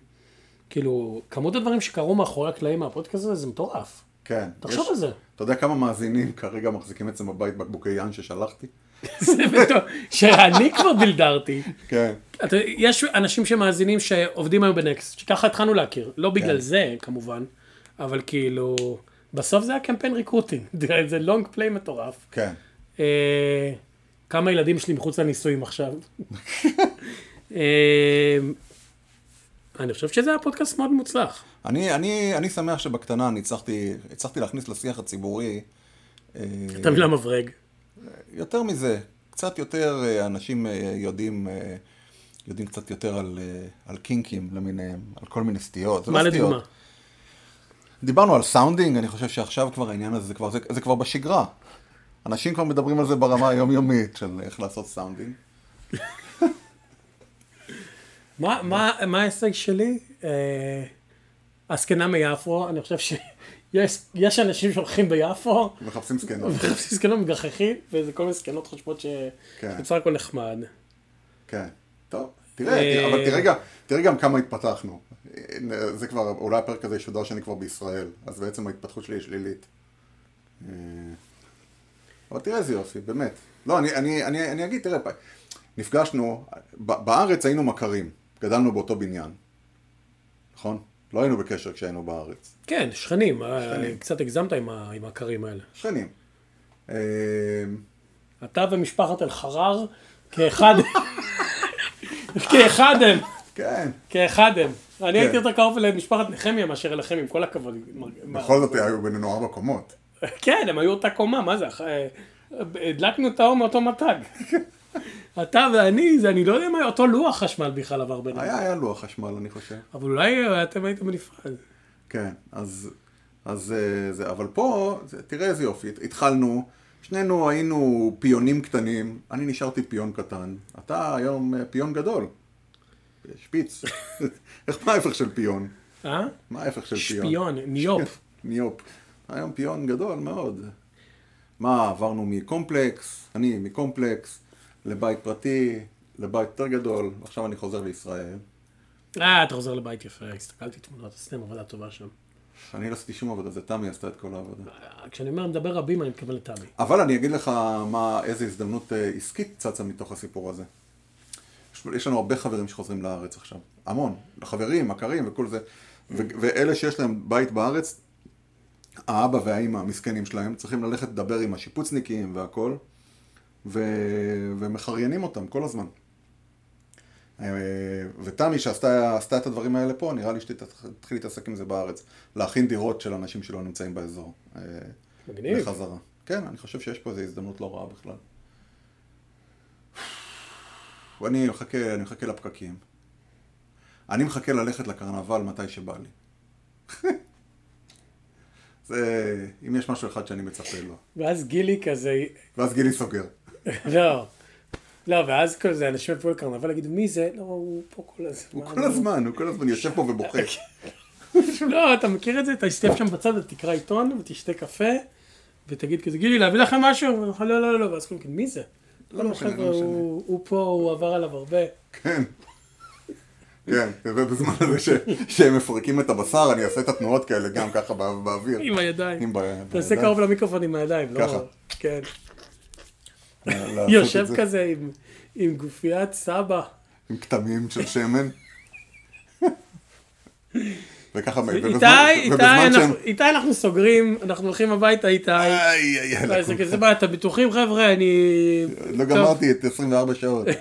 [SPEAKER 2] כאילו, כמות הדברים שקרו מאחורי הקלעים מהפודקאסט הזה, זה מטורף.
[SPEAKER 1] כן.
[SPEAKER 2] תחשוב
[SPEAKER 1] יש-
[SPEAKER 2] על זה.
[SPEAKER 1] אתה יודע כמה מאזינים כרגע מחזיקים אצלם בבית בקבוקי יין ששלחתי?
[SPEAKER 2] זה מטורף. שאני כבר בלדרתי.
[SPEAKER 1] כן.
[SPEAKER 2] אתה, יש אנשים שמאזינים שעובדים היום בנקסט, שככה התחלנו להכיר, לא בגלל
[SPEAKER 1] כן.
[SPEAKER 2] זה כמובן, אבל כאילו, בסוף זה היה קמפיין ריקרוטינג, זה לונג פליי מטורף.
[SPEAKER 1] כן.
[SPEAKER 2] אה, כמה ילדים שלי מחוץ לנישואים עכשיו. אה, אני חושב שזה היה פודקאסט מאוד מוצלח.
[SPEAKER 3] אני, אני, אני שמח שבקטנה אני הצלחתי, הצלחתי להכניס לשיח הציבורי אה,
[SPEAKER 2] את המילה מברג.
[SPEAKER 3] יותר מזה, קצת יותר אה, אנשים אה, יודעים, אה, יודעים קצת יותר על, אה, על קינקים למיניהם, על כל מיני סטיות. זה
[SPEAKER 2] מה
[SPEAKER 3] לא
[SPEAKER 2] לדוגמה?
[SPEAKER 3] סטיות. דיברנו על סאונדינג, אני חושב שעכשיו כבר העניין הזה, זה כבר, זה, זה כבר בשגרה. אנשים כבר מדברים על זה ברמה היומיומית של איך לעשות סאונדינג.
[SPEAKER 2] מה- מה מה ההישג שלי? אה, הזקנה מיפו, אני חושב שיש יש אנשים שהולכים ביפו.
[SPEAKER 1] מחפשים זקנות.
[SPEAKER 2] וחפשי זקנות מגחכים, וזה כל מיני זקנות חושבות ש...
[SPEAKER 1] כן.
[SPEAKER 2] שבסך הכל נחמד.
[SPEAKER 1] כן. טוב. תראה, תראה, אבל תראה גם, תראה גם כמה התפתחנו. אה, זה כבר, אולי הפרק הזה ישודר שאני כבר בישראל, אז בעצם ההתפתחות שלי היא שלילית. אה, אבל תראה איזה יופי, באמת. לא, אני, אני, אני, אני אגיד, תראה, נפגשנו, ב- בארץ היינו מכרים, גדלנו באותו בניין, נכון? לא היינו בקשר כשהיינו בארץ.
[SPEAKER 2] כן, שכנים, אה, קצת הגזמת עם ה- עם הכרים האלה.
[SPEAKER 1] שכנים. אה,
[SPEAKER 2] אתה ומשפחת אלחרר, כאחד כאחד הם,
[SPEAKER 1] כן,
[SPEAKER 2] כאחד הם. אני הייתי יותר קרוב למשפחת נחמיה מאשר אליכם, עם כל הכבוד. מה-
[SPEAKER 1] בכל זאת היו בינינו ארבע קומות.
[SPEAKER 2] כן, הם היו אותה קומה, מה זה? אח- אה, הדלקנו את האור מאותו מתג. אתה ואני, זה אני לא יודע מה, אותו לוח חשמל בכלל עבר בינינו.
[SPEAKER 1] היה, היה לוח חשמל, אני חושב.
[SPEAKER 2] אבל אולי אה, אתם הייתם בנפרד.
[SPEAKER 1] כן, אז, אז אה, זה, אבל פה, זה, תראה איזה יופי, התחלנו, שנינו היינו פיונים קטנים, אני נשארתי פיון קטן, אתה היום אה, פיון גדול, שפיץ, איך, מה ההפך של פיון?
[SPEAKER 2] אה?
[SPEAKER 1] מה ההפך של פיון?
[SPEAKER 2] שפיון, מיופ.
[SPEAKER 1] ניופ. היום פיון גדול מאוד. מה, עברנו מקומפלקס, אני מקומפלקס, לבית פרטי, לבית יותר גדול, עכשיו אני חוזר לישראל.
[SPEAKER 2] אה, אתה חוזר לבית יפה, הסתכלתי תמונות, עשיתם עבודה טובה שם.
[SPEAKER 1] אני לא עשיתי שום עבודה, זה תמי עשתה את כל העבודה.
[SPEAKER 2] אה, כשאני אומר מדבר רבים, אני מתכוון לתמי.
[SPEAKER 1] אבל אני אגיד לך מה, איזה הזדמנות אה, עסקית צצה מתוך הסיפור הזה. יש- יש לנו הרבה חברים שחוזרים לארץ עכשיו, המון, חברים, מכרים וכל זה, ו- ואלה שיש להם בית בארץ, האבא והאימא המסכנים שלהם צריכים ללכת לדבר עם השיפוצניקים והכל, ו- ומחריינים אותם כל הזמן. אה, ותמי שעשתה עשתה את הדברים האלה פה, נראה לי שתתחיל להתעסק עם זה בארץ. להכין דירות של אנשים שלא נמצאים באזור. אה,
[SPEAKER 2] מגניב.
[SPEAKER 1] בחזרה. כן, אני חושב שיש פה איזו הזדמנות לא רעה בכלל. אני מחכה, אני מחכה לפקקים. אני מחכה ללכת לקרנבל מתי שבא לי. זה, אם יש משהו אחד שאני מצפה לו.
[SPEAKER 2] ואז גילי כזה,
[SPEAKER 1] ואז גילי סוגר.
[SPEAKER 2] לא. לא, ואז כזה אנשים יפו לקרנבל יגידו, מי זה? לא, הוא פה כל הזמן.
[SPEAKER 1] הוא כל הזמן, הוא כל הזמן יושב פה ובוכה.
[SPEAKER 2] לא, אתה מכיר את זה? אתה תסתף שם בצד, ותקרא עיתון, ותשתה קפה, ותגיד כזה, גילי, להביא לכם משהו? ואני אומר, לא, לא, לא, ואז כולם כאילו, מי זה?
[SPEAKER 1] לא
[SPEAKER 2] לא,
[SPEAKER 1] משנה,
[SPEAKER 2] חבר'ה,
[SPEAKER 1] לא משנה.
[SPEAKER 2] הוא הוא פה, הוא עבר עליו הרבה.
[SPEAKER 1] כן. כן, ובזמן הזה ש- שהם מפרקים את הבשר, אני אעשה את התנועות כאלה גם ככה בא- באוויר.
[SPEAKER 2] עם הידיים.
[SPEAKER 1] עם ב-
[SPEAKER 2] תעשה
[SPEAKER 1] בידיים.
[SPEAKER 2] קרוב למיקרופון עם הידיים, לא...
[SPEAKER 1] ככה.
[SPEAKER 2] כן.
[SPEAKER 1] לעשות
[SPEAKER 2] יושב
[SPEAKER 1] את זה
[SPEAKER 2] כזה עם- עם גופיית סבא.
[SPEAKER 1] עם כתמים של שמן. וככה, ובזמן-
[SPEAKER 2] איתי, איתי, אנחנו- איתי, אנחנו סוגרים, אנחנו הולכים הביתה, איתי.
[SPEAKER 1] איי, איי,
[SPEAKER 2] לא,
[SPEAKER 1] איי,
[SPEAKER 2] זה
[SPEAKER 1] אה, לקום.
[SPEAKER 2] כזה בעיה, אתם בטוחים חבר'ה, אני...
[SPEAKER 1] לא
[SPEAKER 2] טוב,
[SPEAKER 1] גמרתי את 24 שעות.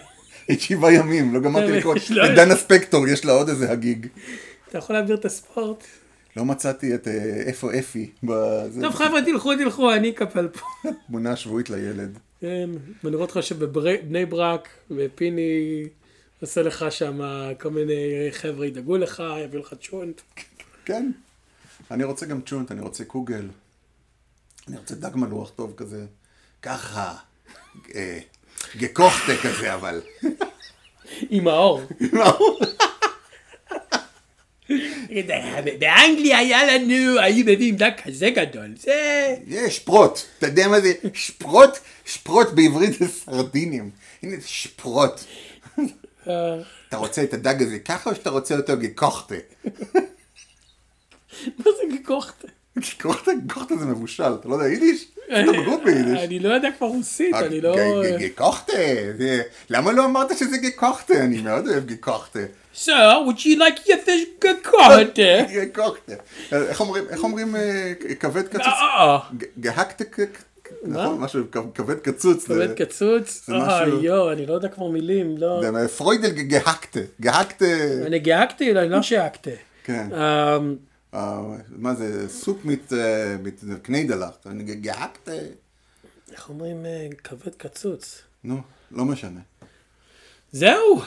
[SPEAKER 1] את שבעה ימים, לא גמרתי
[SPEAKER 2] אה,
[SPEAKER 1] לקרוא.
[SPEAKER 2] יש לו-
[SPEAKER 1] את דנה ספקטור, יש לה עוד איזה הגיג.
[SPEAKER 2] אתה יכול להעביר את הספורט?
[SPEAKER 1] לא מצאתי את אה, איפה אפי. בזה.
[SPEAKER 2] טוב חבר'ה, תלכו, תלכו, אני אקפל פה.
[SPEAKER 1] תמונה שבועית לילד.
[SPEAKER 2] כן, ואני רואה אותך שבבני ברק, ופיני עושה לך שם כל מיני חבר'ה ידאגו לך, יביאו לך צ'ונט.
[SPEAKER 1] כן. אני רוצה גם צ'ונט, אני רוצה קוגל. אני רוצה דג מלוח טוב כזה. ככה. אה, גקוכטה כזה, אבל.
[SPEAKER 2] עם האור. באנגליה היה לנו, היו מביאים דג כזה גדול, זה...
[SPEAKER 1] זה שפרוט, אתה יודע מה זה? שפרוט, שפרוט בעברית זה סרדינים. הנה זה שפרוט.
[SPEAKER 2] אה,
[SPEAKER 1] אתה רוצה את הדג הזה ככה או שאתה רוצה אותו גקוכטה?
[SPEAKER 2] מה זה כוח?
[SPEAKER 1] גקוכטה, גקוכטה זה מבושל, אתה לא יודע יידיש? אתה בגרות ביידיש.
[SPEAKER 2] אני לא יודע כבר רוסית,
[SPEAKER 1] אה,
[SPEAKER 2] אני לא...
[SPEAKER 1] ג- ג- גקוכטה, זה- למה לא אמרת שזה גקוכטה? אני מאוד אוהב גקוכטה.
[SPEAKER 2] So, would you like your fish cooked?
[SPEAKER 1] גקוכטה. איך אומרים- איך אומרים אה, כבד קצוץ?
[SPEAKER 2] אה,
[SPEAKER 1] ג- גהקטה, ק- נכון? משהו, כ- כבד קצוץ.
[SPEAKER 2] באמת
[SPEAKER 1] זה-
[SPEAKER 2] קצוץ?
[SPEAKER 1] זה
[SPEAKER 2] אה,
[SPEAKER 1] משהו-
[SPEAKER 2] יואו, אני לא יודע כבר מילים, לא...
[SPEAKER 1] זה פרוידל ג- גהקטה. גהקטה,
[SPEAKER 2] אני גהקתי, לא, אני לא שיהקתי.
[SPEAKER 1] כן.
[SPEAKER 2] אמ,
[SPEAKER 1] אה, מה זה, סופ מת, אה, מת קניידלאכט, אני ג- גהקט, אה,
[SPEAKER 2] איך אומרים אה, כבד קצוץ?
[SPEAKER 1] נו, לא משנה.
[SPEAKER 2] זהו!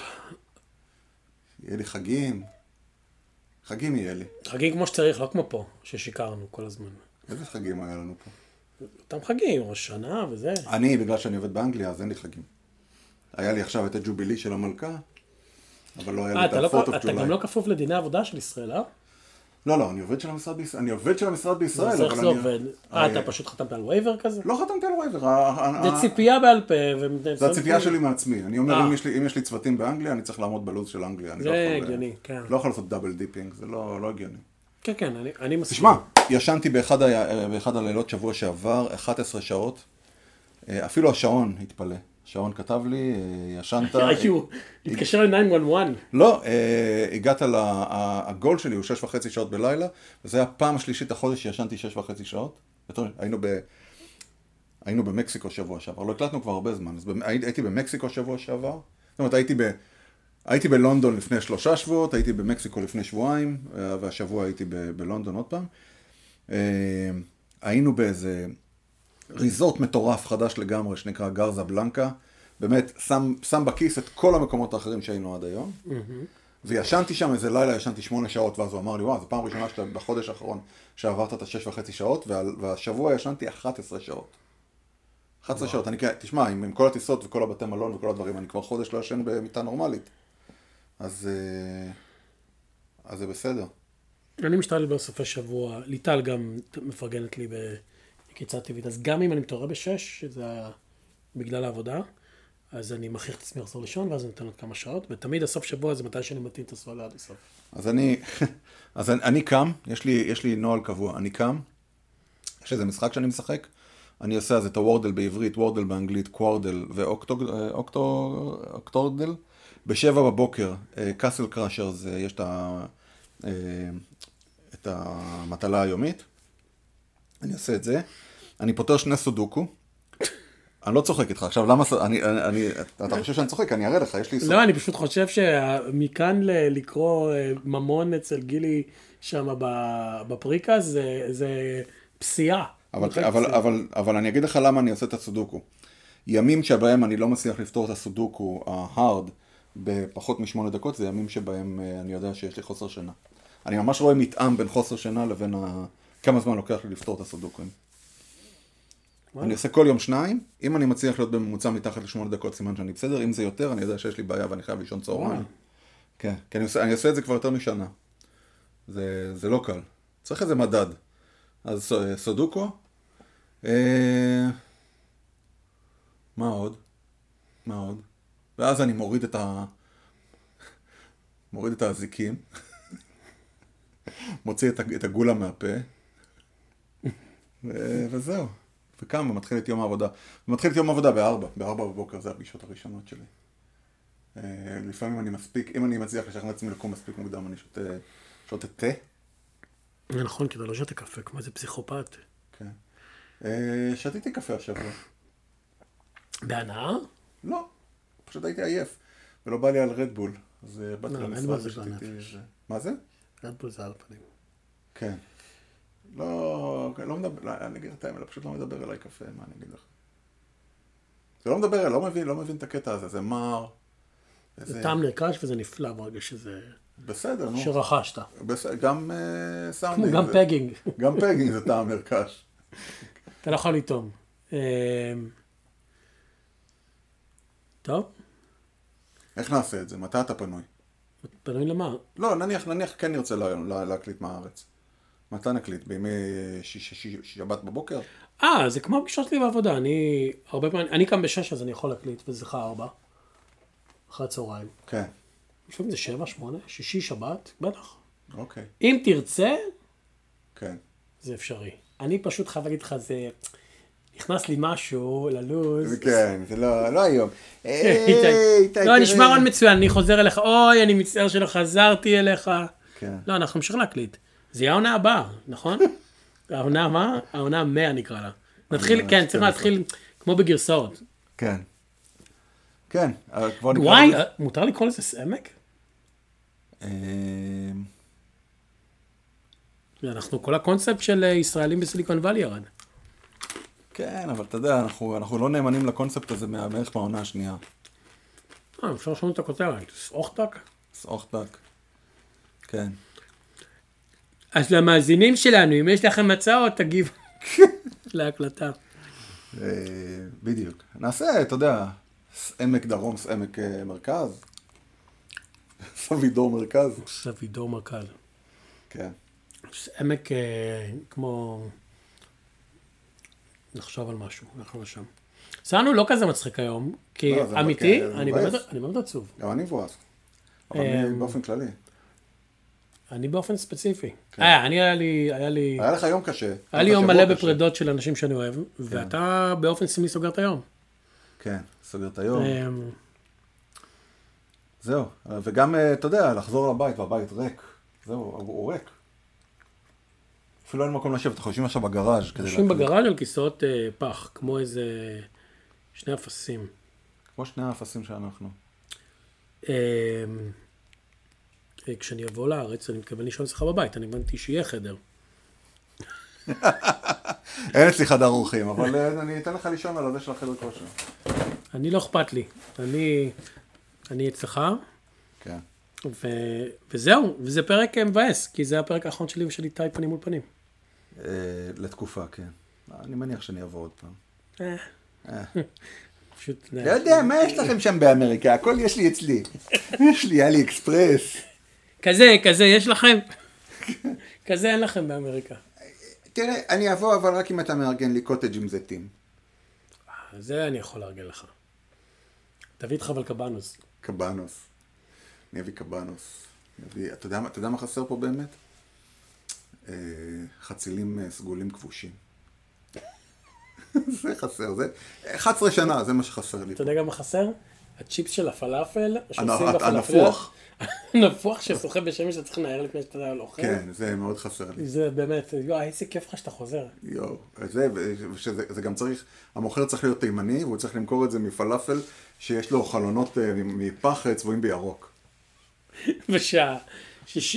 [SPEAKER 1] יהיה לי חגים, חגים יהיה לי.
[SPEAKER 2] חגים כמו שצריך, לא כמו פה, ששיקרנו כל הזמן.
[SPEAKER 1] איזה חגים היה לנו פה?
[SPEAKER 2] אותם חגים, ראש שנה וזה. אה,
[SPEAKER 1] אני, בגלל שאני עובד באנגליה, אז אין לי חגים. היה לי עכשיו את הג'ובילי של המלכה, אבל לא היה
[SPEAKER 2] אה,
[SPEAKER 1] לי את
[SPEAKER 2] אתה לא-
[SPEAKER 1] ה-Fourth of
[SPEAKER 2] אתה גם לא
[SPEAKER 1] July.
[SPEAKER 2] כפוף לדיני עבודה של ישראל, אה?
[SPEAKER 1] לא, לא, אני עובד של המשרד בישראל, אני עובד של המשרד בישראל,
[SPEAKER 2] אז
[SPEAKER 1] לא, אבל
[SPEAKER 2] איך זה
[SPEAKER 1] אני...
[SPEAKER 2] עובד? אה,
[SPEAKER 1] אה,
[SPEAKER 2] אתה פשוט חתמת על וייבר כזה?
[SPEAKER 1] לא חתמתי על וייבר.
[SPEAKER 2] זה
[SPEAKER 1] ה- ה-
[SPEAKER 2] ציפייה בעל פה. ו-
[SPEAKER 1] זה אה, הציפייה שלי מעצמי. אני אומר,
[SPEAKER 2] אה.
[SPEAKER 1] אם יש לי- אם יש לי צוותים באנגליה, אני צריך לעמוד בלו"ז של אנגליה. אני
[SPEAKER 2] זה
[SPEAKER 1] לא יכול-
[SPEAKER 2] הגיוני, כן.
[SPEAKER 1] לא יכול לעשות דאבל דיפינג, זה לא לא הגיוני.
[SPEAKER 2] כן, כן, אני- אני מסכים.
[SPEAKER 1] תשמע, ישנתי באחד, ה... באחד הלילות שבוע שעבר, 11 שעות. אה, אפילו השעון התפלא. השעון כתב לי, אה, ישנת...
[SPEAKER 2] כן, היו, התקשר ל-911.
[SPEAKER 1] לא, אה, הגעת ל... ה- הגול שלי הוא שש וחצי שעות בלילה, וזו הייתה פעם השלישית החודש שישנתי שש וחצי שעות. בתור- היינו ב... היינו במקסיקו שבוע שעבר, לא הקלטנו כבר הרבה זמן, אז במ- הי- הייתי במקסיקו שבוע שעבר, זאת אומרת הייתי, ב... הייתי בלונדון לפני שלושה שבועות, הייתי במקסיקו לפני שבועיים, אה, והשבוע הייתי ב... בלונדון עוד פעם. אה, היינו באיזה ריזורט מטורף חדש לגמרי שנקרא גרזה בלנקה, באמת שם, שם בכיס את כל המקומות האחרים שהיינו עד היום. וישנתי שם איזה לילה, ישנתי שמונה שעות, ואז הוא אמר לי, וואו, זו פעם ראשונה שאתה בחודש האחרון שעברת את השש וחצי שעות, וה- והשבוע ישנתי 11 שעות. 11 שעות, אני כאילו, תשמע, עם, עם כל הטיסות וכל הבתי מלון וכל הדברים, אני כבר חודש לא ישן במיטה נורמלית. אז, אה, אז זה בסדר.
[SPEAKER 2] אני משתעל בסופי שבוע, ליטל גם מפרגנת לי בקיצה טבעית, אז גם אם אני מתעורר בשש, שזה היה בגלל העבודה, אז אני מכריח את עצמי לחזור לישון, ואז אני נותן עוד כמה שעות, ותמיד הסוף שבוע זה מתי שאני מתאים את הסוללה עד הסוף.
[SPEAKER 1] אז אני, אז אני, אני קם, יש לי, יש לי נוהל קבוע, אני קם, יש איזה משחק שאני משחק, אני עושה אז את הוורדל בעברית, וורדל באנגלית, קוורדל ואוקטורדל. בשבע בבוקר, אה, קאסל קראשר, יש את, ה, אה, את המטלה היומית, אני עושה את זה. אני פותר שני סודוקו, אני לא צוחק איתך. עכשיו, למה... ס- אני, אני, אני, אתה חושב שאני צוחק? אני אראה לך, יש לי... ס-
[SPEAKER 2] לא, אני פשוט חושב שמכאן לקרוא אה, ממון אצל גילי שם ב- בפריקה, זה- זה פסיעה. אוקיי?
[SPEAKER 1] אבל,
[SPEAKER 2] ממחק
[SPEAKER 1] אבל,
[SPEAKER 2] פסיעה.
[SPEAKER 1] אבל, אבל אני אגיד לך למה אני עושה את הסודוקו. ימים שבהם אני לא מצליח לפתור את הסודוקו ההארד בפחות משמונה דקות, זה ימים שבהם אה, אני יודע שיש לי חוסר שינה. אני ממש רואה מתאם בין חוסר שינה לבין ה... כמה זמן לוקח לי לפתור את הסודוקוים. אני עושה כל יום שניים, אם אני מצליח להיות בממוצע מתחת לשמונה דקות, סימן שאני בסדר, אם זה יותר, אני יודע שיש לי בעיה ואני חייב לישון צהריים.
[SPEAKER 2] וואלה.
[SPEAKER 1] כן, כי אני עושה, אני עושה את זה כבר יותר משנה. זה, זה לא קל. צריך איזה מדד. אז ס- אה, סודוקו. אה, מה עוד? מה עוד? ואז אני מוריד את ה... מוריד את האזיקים. מוציא את, ה- את הגולה מהפה. ו- וזהו. וקם ומתחיל את יום העבודה. ומתחיל את יום העבודה בארבע. בארבע בבוקר זה הפגישות הראשונות שלי. אה, לפעמים אני מספיק, אם אני מצליח לשכנע עצמי לקום מספיק מוקדם, אני שותה, שותה תה.
[SPEAKER 2] זה נכון, כי אתה לא שותה קפה, כמו איזה פסיכופת.
[SPEAKER 1] כן. אה, שתיתי קפה השבוע.
[SPEAKER 2] בהנאה?
[SPEAKER 1] לא, פשוט הייתי עייף. ולא בא לי על רדבול. אז אה, באתי
[SPEAKER 2] לא, אין
[SPEAKER 1] למשרד
[SPEAKER 2] בזה
[SPEAKER 1] ושתיתי...
[SPEAKER 2] בנפש.
[SPEAKER 1] זה. מה זה?
[SPEAKER 2] רדבול זה על הפנים.
[SPEAKER 1] כן. לא, לא מדבר, לא, אני אגיד את האמת, פשוט לא מדבר אליי קפה, מה אני אגיד לך? זה לא מדבר, לא מבין, לא מבין את הקטע הזה, זה מר.
[SPEAKER 2] זה
[SPEAKER 1] זה
[SPEAKER 2] טעם נרכש וזה נפלא ברגע שזה...
[SPEAKER 1] בסדר, נו.
[SPEAKER 2] שרכשת.
[SPEAKER 1] בסדר, גם אה,
[SPEAKER 2] כמו
[SPEAKER 1] סאונדינג.
[SPEAKER 2] גם
[SPEAKER 1] זה-
[SPEAKER 2] פגינג.
[SPEAKER 1] גם פגינג זה טעם נרכש.
[SPEAKER 2] אתה לא יכול לטעום. אמ, טוב,
[SPEAKER 1] איך נעשה את זה? מתי אתה פנוי?
[SPEAKER 2] פנוי למה?
[SPEAKER 1] לא, נניח, נניח כן נרצה לה, לה, להקליט מהארץ. מתי נקליט? בימי שיש, שיש, שבת בבוקר?
[SPEAKER 2] אה, זה כמו הפגישות שלי בעבודה, אני הרבה פעמים, אני קם בשש אז אני יכול להקליט, וזה לך ארבע, אחרי הצהריים.
[SPEAKER 1] כן,
[SPEAKER 2] לפעמים זה שבע, שמונה, שישי, שבת, בטח.
[SPEAKER 1] אוקיי,
[SPEAKER 2] אם תרצה,
[SPEAKER 1] כן.
[SPEAKER 2] זה אפשרי. אני פשוט חייב להגיד לך, זה... נכנס לי משהו ללוז.
[SPEAKER 1] זה כן, זה לא, לא היום.
[SPEAKER 2] כן,
[SPEAKER 1] היי,
[SPEAKER 2] איתי.
[SPEAKER 1] איתי,
[SPEAKER 2] לא, נשמע
[SPEAKER 1] תראה.
[SPEAKER 2] רעיון מצוין, אני חוזר אליך, אוי, אני מצטער שלא חזרתי אליך.
[SPEAKER 1] כן.
[SPEAKER 2] לא, אנחנו נמשיך להקליט. זה יהיה העונה הבאה, נכון? העונה מה? העונה 100 נקרא לה. נתחיל, כן, צריך
[SPEAKER 1] 12.
[SPEAKER 2] להתחיל כמו בגרסאות.
[SPEAKER 1] כן. כן, אבל כבר נקרא
[SPEAKER 2] וואי,
[SPEAKER 1] לזה-
[SPEAKER 2] אה, מותר לקרוא לזה סעמק?
[SPEAKER 1] אמ,
[SPEAKER 2] אנחנו, כל הקונספט של אה, ישראלים בסיליקון וואלי ירד.
[SPEAKER 1] כן, אבל אתה יודע, אנחנו אנחנו לא נאמנים לקונספט הזה מה- בערך מהעונה השנייה.
[SPEAKER 2] אה, אפשר לשנות את הכותרת, סאוכטק?
[SPEAKER 1] סאוח דק. כן.
[SPEAKER 2] אז למאזינים שלנו, אם יש לכם הצעות, תגיבו להקלטה.
[SPEAKER 1] אה, בדיוק. נעשה, אתה יודע, עמק דרום, עמק אה, מרכז. סבידור מרכז.
[SPEAKER 2] סבידור מרכז.
[SPEAKER 1] כן.
[SPEAKER 2] עמק אה, כמו... נחשוב על משהו, אנחנו לא שם. סענו לא כזה מצחיק היום, כי
[SPEAKER 1] לא, זה
[SPEAKER 2] אמיתי,
[SPEAKER 1] מבק-
[SPEAKER 2] אני
[SPEAKER 1] מבאס.
[SPEAKER 2] באמת- אני באמת עצוב.
[SPEAKER 1] גם אני מבואס. אבל אני
[SPEAKER 2] אמ,
[SPEAKER 1] באופן כללי.
[SPEAKER 2] אני באופן ספציפי. אה, אני היה לי, היה לי,
[SPEAKER 1] כן. היה לך יום קשה.
[SPEAKER 2] היה לי יום
[SPEAKER 1] שבוע
[SPEAKER 2] מלא
[SPEAKER 1] קשה.
[SPEAKER 2] בפרדות של אנשים שאני אוהב, ואתה באופן סמלי סוגר את היום.
[SPEAKER 1] כן, סוגר את היום.
[SPEAKER 2] אמ,
[SPEAKER 1] זהו. אה, וגם, אה, אתה יודע, לחזור לבית, והבית ריק. זהו, הוא- הוא ריק. אפילו אין מקום לשבת, אנחנו יושבים עכשיו בגראז' כדי...
[SPEAKER 2] יושבים
[SPEAKER 1] להקליט.
[SPEAKER 2] בגראז' על כיסאות אה, פח, כמו איזה שני אפסים.
[SPEAKER 1] כמו שני האפסים שאנחנו.
[SPEAKER 2] אמ, אה, כשאני אבוא לארץ, אני מתכוון לישון אצלך בבית, אני הבנתי שיהיה חדר.
[SPEAKER 1] אין אצלי חדר אורחים, אבל אה, אני אתן לך לישון על הזה של החדר כושר.
[SPEAKER 2] אני לא אכפת לי. אני, אני אצלך,
[SPEAKER 1] כן.
[SPEAKER 2] ו, וזהו, וזה פרק אה, מבאס, כי זה הפרק האחרון שלי ושל איתי פנים מול פנים.
[SPEAKER 1] אה, לתקופה, כן. אני מניח שאני אבוא עוד פעם.
[SPEAKER 2] אה.
[SPEAKER 1] אה.
[SPEAKER 2] פשוט... אה,
[SPEAKER 1] לא יודע, מה יש לכם שם באמריקה? הכל יש לי אצלי. יש לי אלי אקספרס.
[SPEAKER 2] כזה, כזה, יש לכם? כזה אין לכם באמריקה.
[SPEAKER 1] תראה, אני אבוא, אבל רק אם אתה מארגן לי קוטג' עם זיתים.
[SPEAKER 2] זה אני יכול לארגן לך. תביא איתך אבל קבנוס.
[SPEAKER 1] קבנוס. אני אביא קבנוס. אני אביא- אתה יודע מה- אתה יודע מה חסר פה באמת? אה, חצילים אה, סגולים כבושים. זה חסר, זה 11 שנה, זה מה שחסר לי.
[SPEAKER 2] אתה יודע גם מה חסר? הצ'יפס של הפלאפל, שעושים
[SPEAKER 1] הנ-
[SPEAKER 2] בפלאפל.
[SPEAKER 1] הנפוח.
[SPEAKER 2] נפוח שסוחב בשמש, אתה צריך לנער לפני שאתה לא אוכל.
[SPEAKER 1] כן, זה מאוד חסר לי.
[SPEAKER 2] זה באמת, יואי, איזה כיף לך שאתה חוזר.
[SPEAKER 1] יואו, זה, ו- שזה, זה גם צריך, המוכר צריך להיות תימני, והוא צריך למכור את זה מפלאפל שיש לו חלונות אה, מפח אה, צבועים בירוק.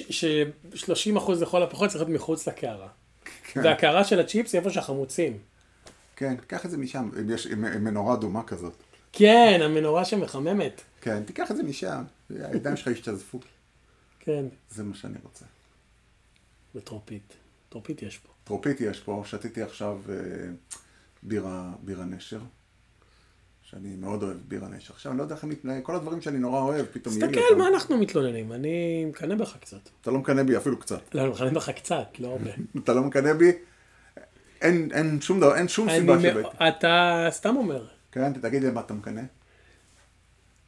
[SPEAKER 2] וש-30% לכל הפחות צריך להיות מחוץ לקערה. והקערה של הצ'יפס היא איפה שהחמוצים.
[SPEAKER 1] כן, קח את זה משם, אם יש עם- עם מנורה אדומה כזאת.
[SPEAKER 2] כן, המנורה שמחממת.
[SPEAKER 1] כן, תיקח את זה משם, הידיים שלך ישתזפו,
[SPEAKER 2] כן,
[SPEAKER 1] זה מה שאני רוצה.
[SPEAKER 2] וטרופית. טרופית יש פה.
[SPEAKER 1] טרופית יש פה, שתיתי עכשיו אה, בירה, בירה נשר, שאני מאוד אוהב בירה נשר. עכשיו, אני לא יודע איך אני מתנהג, כל הדברים שאני נורא אוהב, פתאום יהיו לי
[SPEAKER 2] תסתכל, מה לא-
[SPEAKER 1] אותם.
[SPEAKER 2] אנחנו מתלוננים? אני מקנא בך קצת.
[SPEAKER 1] אתה לא מקנא בי אפילו קצת.
[SPEAKER 2] לא, אני מקנא בך קצת, לא הרבה.
[SPEAKER 1] אתה לא מקנא בי, אין, אין שום דבר, אין שום סיבה
[SPEAKER 2] אני
[SPEAKER 1] שבאתי.
[SPEAKER 2] מאוד- אתה סתם אומר.
[SPEAKER 1] כן, תגיד לי מה אתה מקנא.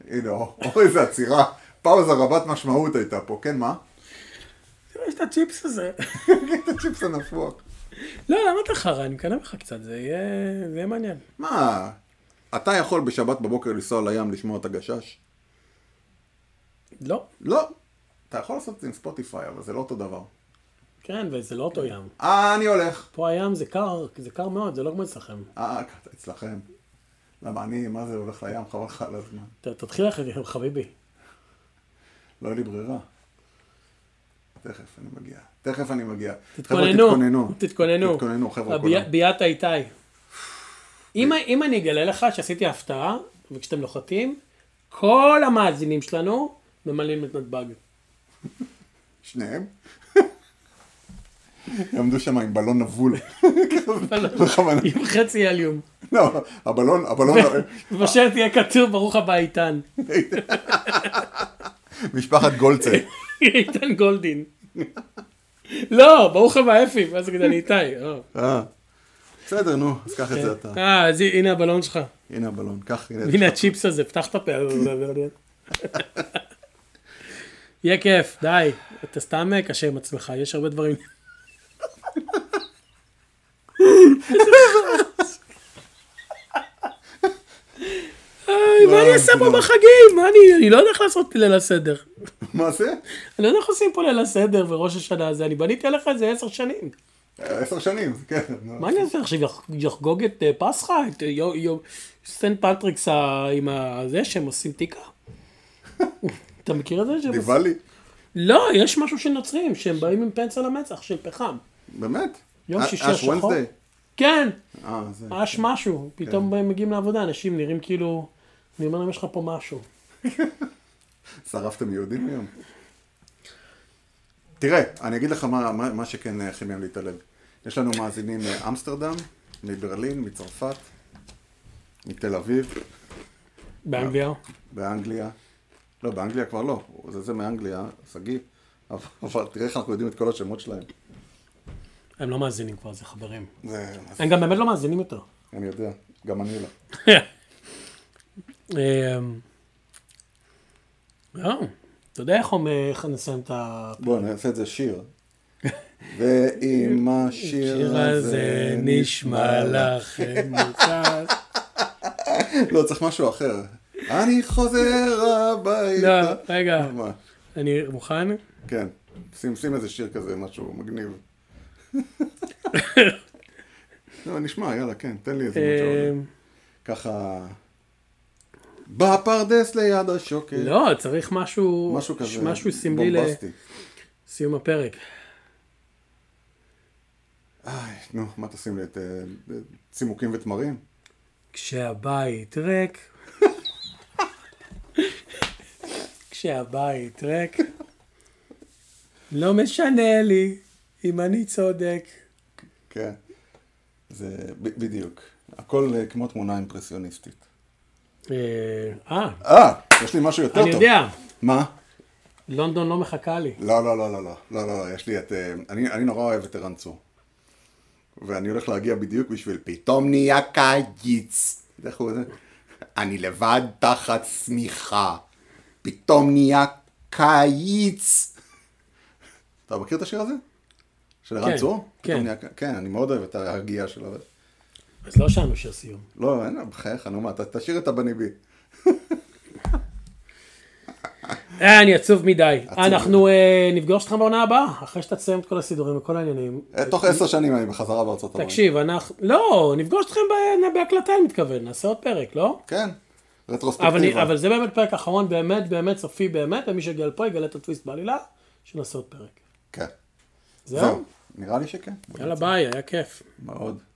[SPEAKER 1] הנה, או או איזה עצירה, פאוזה רבת משמעות הייתה פה, כן, מה?
[SPEAKER 2] תראה, יש את הצ'יפס הזה.
[SPEAKER 1] את הצ'יפס הנפוח.
[SPEAKER 2] לא, למה אתה חרא? אני מקנא בך קצת, זה יהיה זה יהיה מעניין.
[SPEAKER 1] מה, אתה יכול בשבת בבוקר לנסוע לים לשמוע את הגשש?
[SPEAKER 2] לא,
[SPEAKER 1] לא. אתה יכול לעשות את זה עם ספוטיפיי, אבל זה לא אותו דבר.
[SPEAKER 2] כן, וזה לא אותו ים.
[SPEAKER 1] אה, אני הולך.
[SPEAKER 2] פה הים זה קר, זה קר מאוד, זה לא כמו אצלכם.
[SPEAKER 1] אה, אתה אצלכם. למה אני, מה זה הולך לים, חבל לך על הזמן.
[SPEAKER 2] ת- תתחיל ללכת, חביבי.
[SPEAKER 1] לא היה לי ברירה. תכף אני מגיע. תכף אני מגיע. חבר'ה,
[SPEAKER 2] תתכוננו, תתכוננו.
[SPEAKER 1] תתכוננו, חבר'ה.
[SPEAKER 2] הביע-
[SPEAKER 1] כולם.
[SPEAKER 2] ביאת האיתי. אם ה- אם אני אגלה לך שעשיתי הפתעה, וכשאתם נוחתים, כל המאזינים שלנו ממלאים את נתב"ג.
[SPEAKER 1] שניהם. יעמדו שם עם בלון נבול. בכוונה.
[SPEAKER 2] עם חצי הליום.
[SPEAKER 1] לא, הבלון, הבלון,
[SPEAKER 2] ובשם תהיה כתוב, ברוך הבא איתן.
[SPEAKER 1] משפחת גולצה.
[SPEAKER 2] איתן גולדין. לא, ברוך הבא אפי, ואז תגיד אני איתי. אה.
[SPEAKER 1] אה. בסדר, נו, אז קח את זה אתה.
[SPEAKER 2] אה, אז הנה הבלון שלך.
[SPEAKER 1] הנה הבלון, קח, הנה.
[SPEAKER 2] והנה הצ'יפס הזה, פתח את הפה. יהיה כיף, די. אתה סתם אה, קשה עם עצמך, יש הרבה דברים. איי, מה אני אעשה פה בחגים? מה אני, אני לא יודע איך לעשות ליל הסדר.
[SPEAKER 1] מה זה?
[SPEAKER 2] אני לא יודע איך עושים פה ליל הסדר וראש השנה הזה, אני בניתי עליך את זה עשר שנים.
[SPEAKER 1] אה, עשר שנים, כן. נו.
[SPEAKER 2] מה אני אעשה עכשיו, יח- יחגוג את אה, פסחא? את אה, יו- יו- סנט פטריקס ה- עם ה- זה שהם עושים תיקה? אתה מכיר את זה? שהם עושים-
[SPEAKER 1] דיוולי?
[SPEAKER 2] לא, יש משהו של נוצרים, שהם באים עם פנס על המצח, של פחם.
[SPEAKER 1] באמת?
[SPEAKER 2] יום
[SPEAKER 1] אה,
[SPEAKER 2] שישי
[SPEAKER 1] אה,
[SPEAKER 2] השחור.
[SPEAKER 1] Wednesday?
[SPEAKER 2] כן,
[SPEAKER 1] אה, זה.
[SPEAKER 2] אש משהו, פתאום הם מגיעים לעבודה, אנשים נראים כאילו, אני אומר להם, יש לך פה משהו.
[SPEAKER 1] שרפתם יהודים היום? תראה, אני אגיד לך מה, מה, מה שכן אה, חימם לי את הלב. יש לנו מאזינים מאמסטרדם, מברלין, מצרפת, מתל אביב,
[SPEAKER 2] באנגליה.
[SPEAKER 1] באנגליה. לא, באנגליה כבר לא, זה זה מאנגליה, שגיא. אבל- אבל תראה איך אנחנו יודעים את כל השמות שלהם.
[SPEAKER 2] הם לא מאזינים כבר, זה חברים.
[SPEAKER 1] זה,
[SPEAKER 2] הם גם באמת לא מאזינים יותר.
[SPEAKER 1] אני יודע, גם אני לא.
[SPEAKER 2] אמ, לא, אתה יודע איך אומר- איך נסיים את ה...
[SPEAKER 1] בואו, נעשה את זה שיר. ואם השיר
[SPEAKER 2] השיר הזה נשמע לכם מוכר.
[SPEAKER 1] לא, צריך משהו אחר. אני חוזר
[SPEAKER 2] לא,
[SPEAKER 1] הביתה.
[SPEAKER 2] רגע,
[SPEAKER 1] מה?
[SPEAKER 2] אני מוכן?
[SPEAKER 1] כן, שים, שים איזה שיר כזה, משהו מגניב. לא, נשמע, יאללה, כן, תן לי איזה משהו.
[SPEAKER 2] אמ,
[SPEAKER 1] ככה... בפרדס ליד השוקר.
[SPEAKER 2] לא, צריך משהו,
[SPEAKER 1] משהו כזה.
[SPEAKER 2] משהו סמלי
[SPEAKER 1] בומבסטי.
[SPEAKER 2] לסיום הפרק.
[SPEAKER 1] איי, נו, מה תשים לי את אה, צימוקים ותמרים?
[SPEAKER 2] כשהבית ריק. כשהבית ריק. לא משנה לי אם אני צודק.
[SPEAKER 1] כן. זה ב- בדיוק. הכל אה, כמו תמונה אימפרסיוניסטית.
[SPEAKER 2] אה, אה,
[SPEAKER 1] אה, יש לי משהו יותר טוב.
[SPEAKER 2] אני יודע,
[SPEAKER 1] מה?
[SPEAKER 2] לונדון לא מחכה לי.
[SPEAKER 1] לא, לא, לא, לא, לא, לא, לא, לא, יש לי את... אה, אני, אני נורא אוהב את ערן צור. ואני הולך להגיע בדיוק בשביל פתאום נהיה קיץ. איך הוא זה? אני לבד תחת שמיכה. פתאום נהיה קיץ. אתה מכיר את השיר הזה? של ערן
[SPEAKER 2] כן,
[SPEAKER 1] צור? פתאום
[SPEAKER 2] כן.
[SPEAKER 1] נהיה ק- כן, אני מאוד אוהב את הרגיעה שלו.
[SPEAKER 2] אז לא שאלנו שיר סיום.
[SPEAKER 1] לא, אין, בחייך, נו מה, ת- תשאיר את הבני בי.
[SPEAKER 2] אה, אני עצוב מדי. אנחנו אה, נפגוש אותך בעונה הבאה, אחרי שאתה תסיים את כל הסידורים וכל העניינים.
[SPEAKER 1] אה, תוך עשר שנים אני בחזרה בארצות הברית.
[SPEAKER 2] תקשיב, אנחנו... לא, נפגוש אתכם ב- בהקלטה, אני מתכוון, נעשה עוד פרק, לא?
[SPEAKER 1] כן,
[SPEAKER 2] אבל, אני,
[SPEAKER 1] רטרוספקטיבה.
[SPEAKER 2] אבל זה באמת פרק אחרון, באמת, באמת, סופי באמת, ומי שיגיע לפה יגלה את הטוויסט בעלילה, שנעשה עוד פרק.
[SPEAKER 1] כן.
[SPEAKER 2] זהו?
[SPEAKER 1] זהו. נראה לי שכן.
[SPEAKER 2] יאללה ביי, היה כיף.
[SPEAKER 1] מאוד.